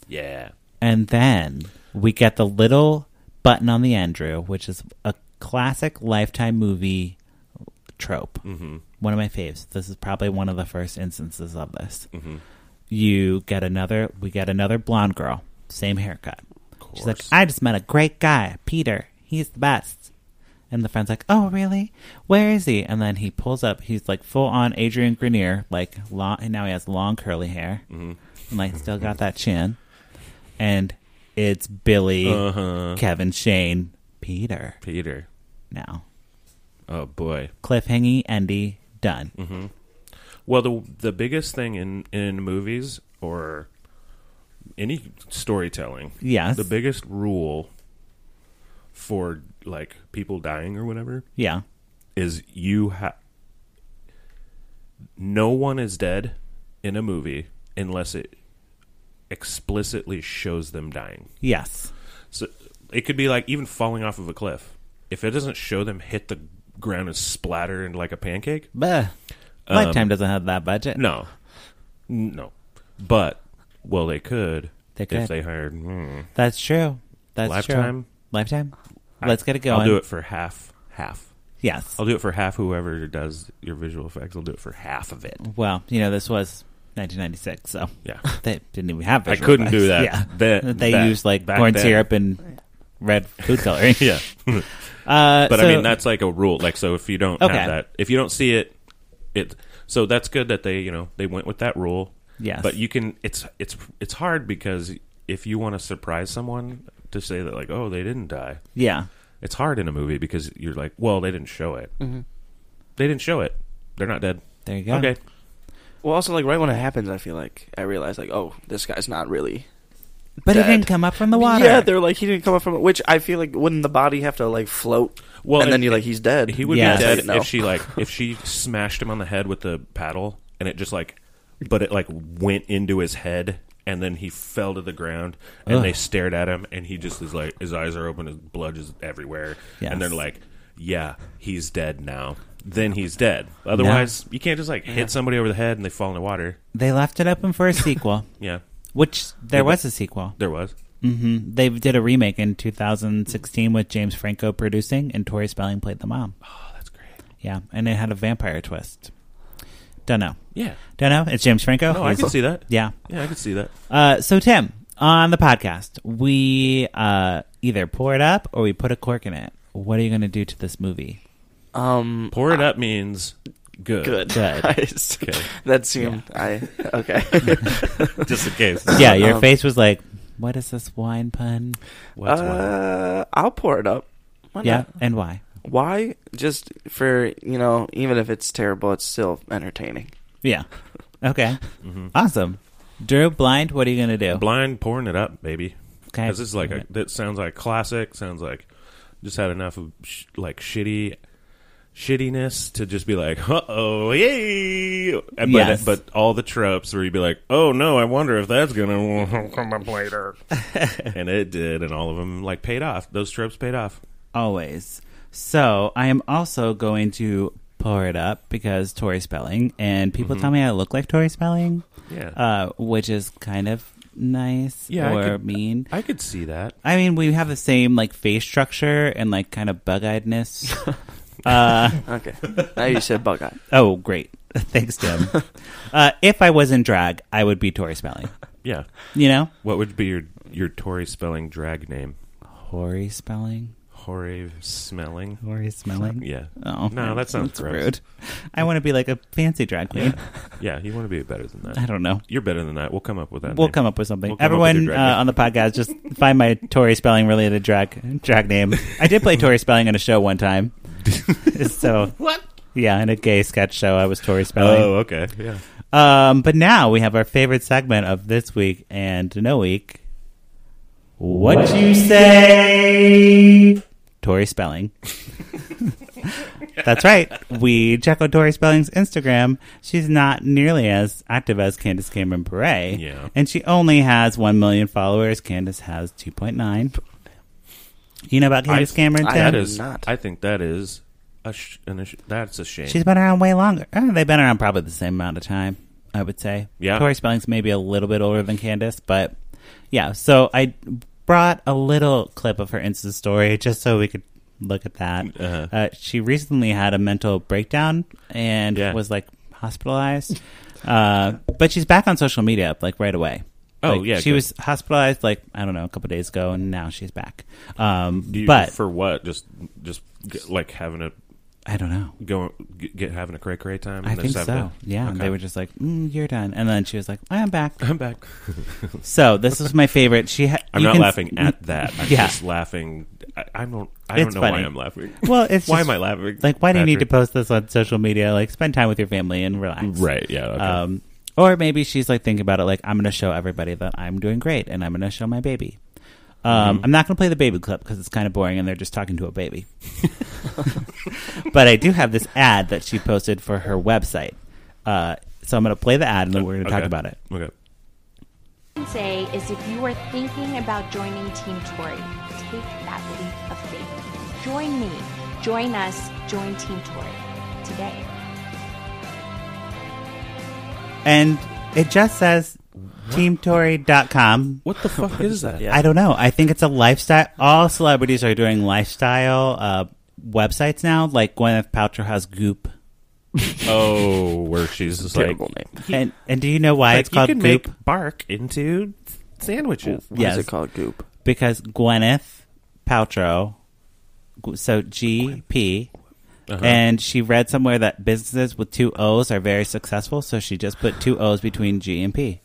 Speaker 2: yeah.
Speaker 1: And then we get the little button on the Andrew, which is a classic Lifetime movie trope. Mm-hmm. One of my faves. This is probably one of the first instances of this. You get another. We get another blonde girl, same haircut. She's like, I just met a great guy, Peter. He's the best. And the friend's like, "Oh, really? Where is he?" And then he pulls up. He's like full on Adrian Grenier, like long, and now he has long curly hair, and like still got that chin. And it's Billy,
Speaker 2: Uh-huh.
Speaker 1: Kevin, Shane, Peter.
Speaker 2: Peter.
Speaker 1: Now
Speaker 2: Oh boy.
Speaker 1: cliffhangy, Endy, done.
Speaker 2: Mm-hmm. Well, the the biggest thing in in movies or any storytelling,
Speaker 1: Yes.
Speaker 2: the biggest rule for like people dying or whatever
Speaker 1: Yeah,
Speaker 2: is you have no one is dead in a movie unless it explicitly shows them dying.
Speaker 1: yes,
Speaker 2: So it could be like even falling off of a cliff. If it doesn't show them hit the ground and splatter into like a pancake,
Speaker 1: but Lifetime doesn't have that budget.
Speaker 2: Um, no, no. But well, they could.
Speaker 1: They could.
Speaker 2: if they hired. Hmm,
Speaker 1: That's true. That's
Speaker 2: Lifetime?
Speaker 1: true. Lifetime.
Speaker 2: I-
Speaker 1: Let's get it going.
Speaker 2: I'll do it for half. Half.
Speaker 1: Yes.
Speaker 2: I'll do it for half. Whoever does your visual effects, I'll do it for half of it.
Speaker 1: Well, you know, this was 1996, so
Speaker 2: Yeah.
Speaker 1: <laughs> they didn't even have.
Speaker 2: I
Speaker 1: visual
Speaker 2: couldn't do that.
Speaker 1: effects. <laughs> Yeah,
Speaker 2: That-
Speaker 1: they
Speaker 2: that-
Speaker 1: used like
Speaker 2: back
Speaker 1: corn
Speaker 2: then.
Speaker 1: syrup and red
Speaker 2: <laughs>
Speaker 1: food coloring.
Speaker 2: Yeah,
Speaker 1: uh,
Speaker 2: but
Speaker 1: so-
Speaker 2: I mean that's like a rule. Like so, if you don't
Speaker 1: Okay.
Speaker 2: have that, if you don't see it, it. So that's good that they you know they went with that rule.
Speaker 1: Yes.
Speaker 2: but you can. It's it's it's hard because if you want to surprise someone to say that like oh they didn't die,
Speaker 1: <laughs> yeah,
Speaker 2: it's hard in a movie because you're like, well, they didn't show it. They didn't show it. They're not dead.
Speaker 1: Mm-hmm. There you go.
Speaker 2: Okay.
Speaker 3: Well, also like right when it happens, I feel like I realize like, oh, this guy's not really.
Speaker 1: but
Speaker 3: Dead.
Speaker 1: he didn't come up from the water.
Speaker 3: Yeah, they're like he didn't come up from it. Which I feel like wouldn't the body have to like float?
Speaker 2: Well,
Speaker 3: Well, and,
Speaker 2: and-
Speaker 3: then you're like he's dead.
Speaker 2: He would
Speaker 1: Yeah.
Speaker 2: be dead
Speaker 3: <laughs> No.
Speaker 2: if she like if she smashed him on the head with the paddle and it just like but it like went into his head and then he fell to the ground and they stared at him and he just is like his eyes are open his blood is everywhere
Speaker 1: Yes.
Speaker 2: and they're like yeah he's dead now then he's dead otherwise you can't just like hit somebody over the head and they fall in the water
Speaker 1: They left it open for a sequel,
Speaker 2: yeah
Speaker 1: which there
Speaker 2: Yeah,
Speaker 1: was a sequel.
Speaker 2: there was
Speaker 1: They did a remake in 2016 with James Franco producing, and Tori Spelling played the mom.
Speaker 2: oh that's great
Speaker 1: Yeah, and it had a vampire twist. Don't know.
Speaker 2: yeah
Speaker 1: Don't know. It's James Franco.
Speaker 2: no i
Speaker 1: He's-
Speaker 2: can see that
Speaker 1: Yeah.
Speaker 2: yeah i can see that
Speaker 1: Uh, so Tim, on the podcast, we uh, either pour it up or we put a cork in it. what are you going to do to this
Speaker 2: <coughs>
Speaker 1: movie?
Speaker 3: Um,
Speaker 2: Pour it up means good.
Speaker 3: good. <laughs>
Speaker 1: Good.
Speaker 3: Nice.
Speaker 2: Okay.
Speaker 3: That seemed I okay.
Speaker 1: <laughs>
Speaker 3: <laughs>
Speaker 2: Just in case.
Speaker 1: Yeah, your
Speaker 3: Um,
Speaker 1: face was like, what is this wine pun?
Speaker 2: What's what?
Speaker 3: uh, I'll pour it up. Why
Speaker 1: yeah,
Speaker 3: not?
Speaker 1: and why?
Speaker 3: Why? Just for you know, even if it's terrible, it's still entertaining.
Speaker 1: Yeah. Okay.
Speaker 2: Mm-hmm.
Speaker 1: Awesome. Drew Blind, what are you going to do?
Speaker 2: Blind pouring it up, baby.
Speaker 1: Okay.
Speaker 2: Because it's like a, that sounds like classic. Sounds like just had enough of sh- like shitty shittiness to just be like, uh oh, yay! And- But
Speaker 1: Yes.
Speaker 2: but all the tropes where you'd be like, oh no, I wonder if that's gonna <laughs> come up later. and it did, and all of them like paid off. Those tropes paid off.
Speaker 1: Always. So I am also going to pour it up because Tori Spelling, and people
Speaker 2: Mm-hmm.
Speaker 1: tell me I look like Tori Spelling,
Speaker 2: Yeah,
Speaker 1: uh, which is kind of nice
Speaker 2: Yeah, I
Speaker 1: or
Speaker 2: could-
Speaker 1: mean.
Speaker 2: I could see that.
Speaker 1: I mean, we have the same like face structure and like kind of
Speaker 2: <laughs>
Speaker 1: bug-eyedness. uh, <laughs>
Speaker 3: Okay. now you said bug eye.
Speaker 1: oh, great! <laughs> Thanks,
Speaker 2: <laughs>
Speaker 1: Tim. uh, if I was in drag, I would be Tori Spelling.
Speaker 2: Yeah.
Speaker 1: You know,
Speaker 2: What would be your your Tory spelling drag name?
Speaker 1: Tori Spelling,
Speaker 2: Hori smelling.
Speaker 1: Tori Smelling.
Speaker 2: Yeah.
Speaker 1: Oh
Speaker 2: No, that sounds
Speaker 1: that's
Speaker 2: gross.
Speaker 1: rude. I want to be like a fancy drag queen.
Speaker 2: Yeah, you want to be better than
Speaker 1: <laughs>
Speaker 2: that.
Speaker 1: I don't know.
Speaker 2: You're better than that. We'll come up with that.
Speaker 1: We'll
Speaker 2: name.
Speaker 1: come up with something.
Speaker 2: We'll come up with
Speaker 1: Everyone
Speaker 2: your drag
Speaker 1: uh,
Speaker 2: name.
Speaker 1: on the podcast,
Speaker 2: <laughs>
Speaker 1: just find my Tori Spelling related drag drag name. I did play Tori Spelling in a show one
Speaker 2: <laughs>
Speaker 1: time. so what? Yeah, in a gay sketch show, I was Tori Spelling.
Speaker 2: Oh, okay. Yeah.
Speaker 1: Um, but now we have our favorite segment of this week and no week. What, you say? Tori Spelling. <laughs> That's right. We check out Tori Spelling's Instagram. She's not nearly as active as Candace Cameron Bure.
Speaker 2: Yeah.
Speaker 1: And she only has 1 million followers. Candace has 2.9. You know about Candace Cameron,
Speaker 3: I-
Speaker 1: Tim?
Speaker 2: That
Speaker 3: I'm
Speaker 2: is.
Speaker 3: not.
Speaker 2: I think that is. A sh- an ish- that's a shame.
Speaker 1: She's been around way longer. Uh, they've been around probably the same amount of time, I would say.
Speaker 2: Yeah.
Speaker 1: Tori Spelling's maybe a little bit older than Candace, but yeah. So I brought a little clip of her Insta story just so we could look at that.
Speaker 2: Uh-huh.
Speaker 1: Uh, she recently had a mental breakdown and
Speaker 2: Yeah.
Speaker 1: was like hospitalized. Uh, but she's back on social media like right away.
Speaker 2: Oh,
Speaker 1: Like,
Speaker 2: yeah,
Speaker 1: She
Speaker 2: good.
Speaker 1: was hospitalized like, I don't know, a couple days ago and now she's back. Um,
Speaker 2: Do you-
Speaker 1: but
Speaker 2: for what? Just just g like having a
Speaker 1: I don't know.
Speaker 2: go g- get having a cray cray time.
Speaker 1: I
Speaker 2: and
Speaker 1: think
Speaker 2: just
Speaker 1: so.
Speaker 2: having a-
Speaker 1: Yeah, and
Speaker 2: Okay.
Speaker 1: they were just like, mm, "You're done," and then she was like, "I'm back."
Speaker 2: <laughs> I'm back.
Speaker 1: So this is my favorite. She. Ha-
Speaker 2: I'm
Speaker 1: you
Speaker 2: not
Speaker 1: can-
Speaker 2: laughing at that. I'm
Speaker 1: Yeah.
Speaker 2: just laughing. I, I don't. I don't
Speaker 1: It's
Speaker 2: know
Speaker 1: funny.
Speaker 2: why I'm laughing.
Speaker 1: <laughs> <laughs> Well, it's
Speaker 2: why
Speaker 1: just-
Speaker 2: am I laughing?
Speaker 1: Like, why do you need to
Speaker 2: Patrick?
Speaker 1: post this on social media? Like, spend time with your family and relax.
Speaker 2: Right. Yeah. Okay.
Speaker 1: Um, or maybe she's like thinking about it. Like, I'm going to show everybody that I'm doing great, and I'm going to show my baby.
Speaker 2: Mm-hmm.
Speaker 1: Um, I'm not going to play the baby clip because it's kind of boring, and they're just talking to a baby. <laughs> but I do have this ad that she posted for her website. Uh, so I'm going to play the ad, and then we're going to talk
Speaker 2: Okay.
Speaker 1: about it.
Speaker 2: Okay.
Speaker 7: say is if you are thinking about joining Team Tory, take that leap of faith. Join me, join us, join Team Tory today.
Speaker 1: And it just says teamtory.com
Speaker 2: What <laughs> the fuck is that?
Speaker 3: Yeah.
Speaker 1: I don't know. I think it's a lifestyle. All celebrities are doing lifestyle uh, websites now. Like Gwyneth Paltrow has Goop,
Speaker 2: Oh, where she's just like,
Speaker 3: Terrible name.
Speaker 1: and and do you know why
Speaker 2: like,
Speaker 1: it's called
Speaker 2: you can
Speaker 1: Goop?
Speaker 2: make bark into s- sandwiches.
Speaker 3: Why
Speaker 1: Yes.
Speaker 3: is it called goop?
Speaker 1: because Gwyneth Paltrow, gu- so G P,
Speaker 2: Uh-huh.
Speaker 1: and she read somewhere that businesses with two O's are very successful. So she just put two O's between G and P.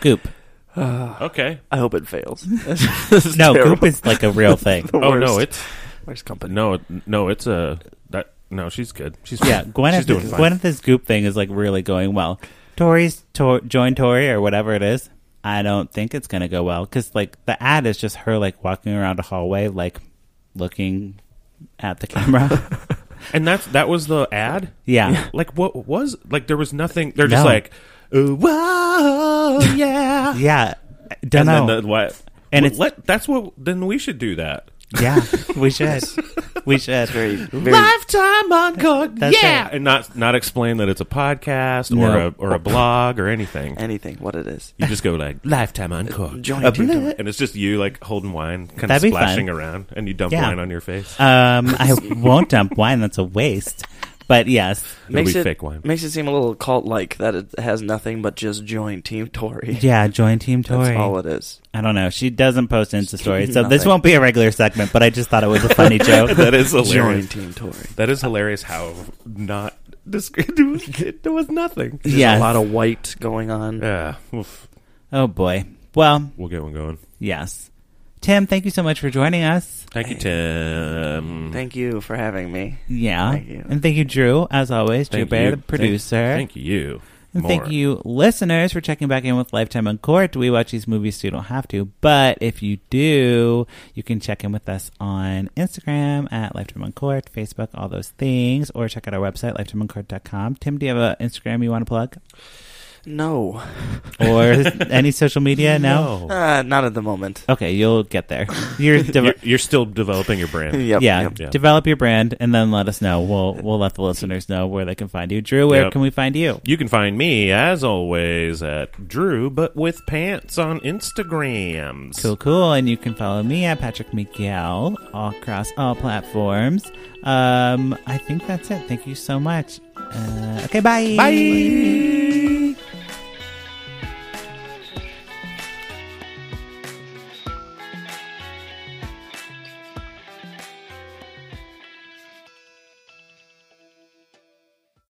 Speaker 1: Goop.
Speaker 2: uh, Okay.
Speaker 3: I hope it
Speaker 1: <laughs>
Speaker 3: fails.
Speaker 1: No,
Speaker 3: terrible.
Speaker 1: Goop is like a real
Speaker 2: <laughs>
Speaker 1: thing.
Speaker 2: Oh no,
Speaker 3: Worst.
Speaker 2: it's
Speaker 3: Where's company?
Speaker 2: no, no, it's a that. No, she's good. <laughs> She's
Speaker 1: Yeah,
Speaker 2: fine.
Speaker 1: Gwyneth,
Speaker 2: She's doing fine.
Speaker 1: Gwyneth's goop thing is like really going well. Tori's Tor- join Tori or whatever it is. I don't think it's gonna go well because like the ad is just her like walking around a hallway like looking at the
Speaker 2: <laughs>
Speaker 1: camera.
Speaker 2: and that's that was the ad.
Speaker 1: yeah,
Speaker 2: Like what was like there was nothing. They're just
Speaker 1: No.
Speaker 2: like, "Ooh,
Speaker 1: <laughs>
Speaker 2: whoa, yeah.
Speaker 1: yeah. I Don't
Speaker 2: And
Speaker 1: know.
Speaker 2: then the, what?
Speaker 1: And
Speaker 2: And
Speaker 1: it's-
Speaker 2: let that's what. Then we should do that.
Speaker 1: <laughs> yeah, we should.
Speaker 2: <laughs>
Speaker 1: we should.
Speaker 3: Very, very
Speaker 2: Lifetime encore.
Speaker 1: That's
Speaker 2: yeah,
Speaker 1: it.
Speaker 2: and not not explain that it's a podcast or
Speaker 1: No.
Speaker 2: a or a blog or anything.
Speaker 3: anything. What it is?
Speaker 2: You just go like lifetime encore.
Speaker 3: Join
Speaker 1: A
Speaker 3: Team
Speaker 1: bleh.
Speaker 3: Tory.
Speaker 2: and it's just you like holding wine, kind of
Speaker 1: That'd be
Speaker 2: splashing
Speaker 1: fun.
Speaker 2: around, and you dump
Speaker 1: Yeah. Uh,
Speaker 2: wine on your face.
Speaker 1: Um, I won't dump wine. That's a waste. But yes,
Speaker 3: Makes
Speaker 2: be
Speaker 3: it
Speaker 2: fake wine.
Speaker 3: makes it seem a little cult like that it has nothing but just join Team Tory.
Speaker 1: yeah, join Team Tory.
Speaker 3: That's all it is.
Speaker 1: I don't know. She doesn't post Insta stories, so this
Speaker 3: Nothing.
Speaker 1: won't be a regular segment. But I just thought it was a
Speaker 2: <laughs>
Speaker 1: funny joke.
Speaker 2: <laughs> that
Speaker 1: <laughs>
Speaker 2: is
Speaker 3: Join
Speaker 2: hilarious.
Speaker 3: Team Tory.
Speaker 2: That is hilarious. How not described <laughs> it was, it was nothing.
Speaker 3: Just
Speaker 1: Yes.
Speaker 3: a lot of white going on.
Speaker 2: Yeah, oof.
Speaker 1: Oh boy. Well,
Speaker 2: we'll get one going.
Speaker 1: yes. Tim, thank you so much for joining us.
Speaker 2: Thank you, Tim.
Speaker 3: Thank you for having me.
Speaker 1: Yeah,
Speaker 3: Thank you.
Speaker 1: and thank you, Drew, as always. Drew
Speaker 2: Thank
Speaker 1: Bear,
Speaker 2: you.
Speaker 1: the producer.
Speaker 2: Thank you.
Speaker 1: And thank
Speaker 2: More.
Speaker 1: you, listeners, for checking back in with Lifetime on Court. We watch these movies so you don't have to, but if you do, you can check in with us on Instagram at Lifetime on Court, Facebook, all those things, or check out our website, lifetimeoncourt.com. Tim, do you have an Instagram you want to plug?
Speaker 3: No,
Speaker 1: Or
Speaker 2: <laughs>
Speaker 1: any social media? No?
Speaker 3: uh, not at the moment.
Speaker 1: Okay, you'll get there. You're, de-
Speaker 2: You're, you're still developing your brand.
Speaker 3: Yep,
Speaker 1: <laughs> yeah,
Speaker 3: yep.
Speaker 2: yep.
Speaker 1: develop your brand and then let us know. We'll we'll let the listeners know where they can find you. Drew, where
Speaker 2: Yep.
Speaker 1: can we find you?
Speaker 2: You can find me, as always, at Drew, but with pants on Instagrams.
Speaker 1: Cool, cool. And you can follow me at Patrick Miguel all across all platforms. Um, I think that's it. Thank you so much. Uh, okay, bye.
Speaker 2: Bye.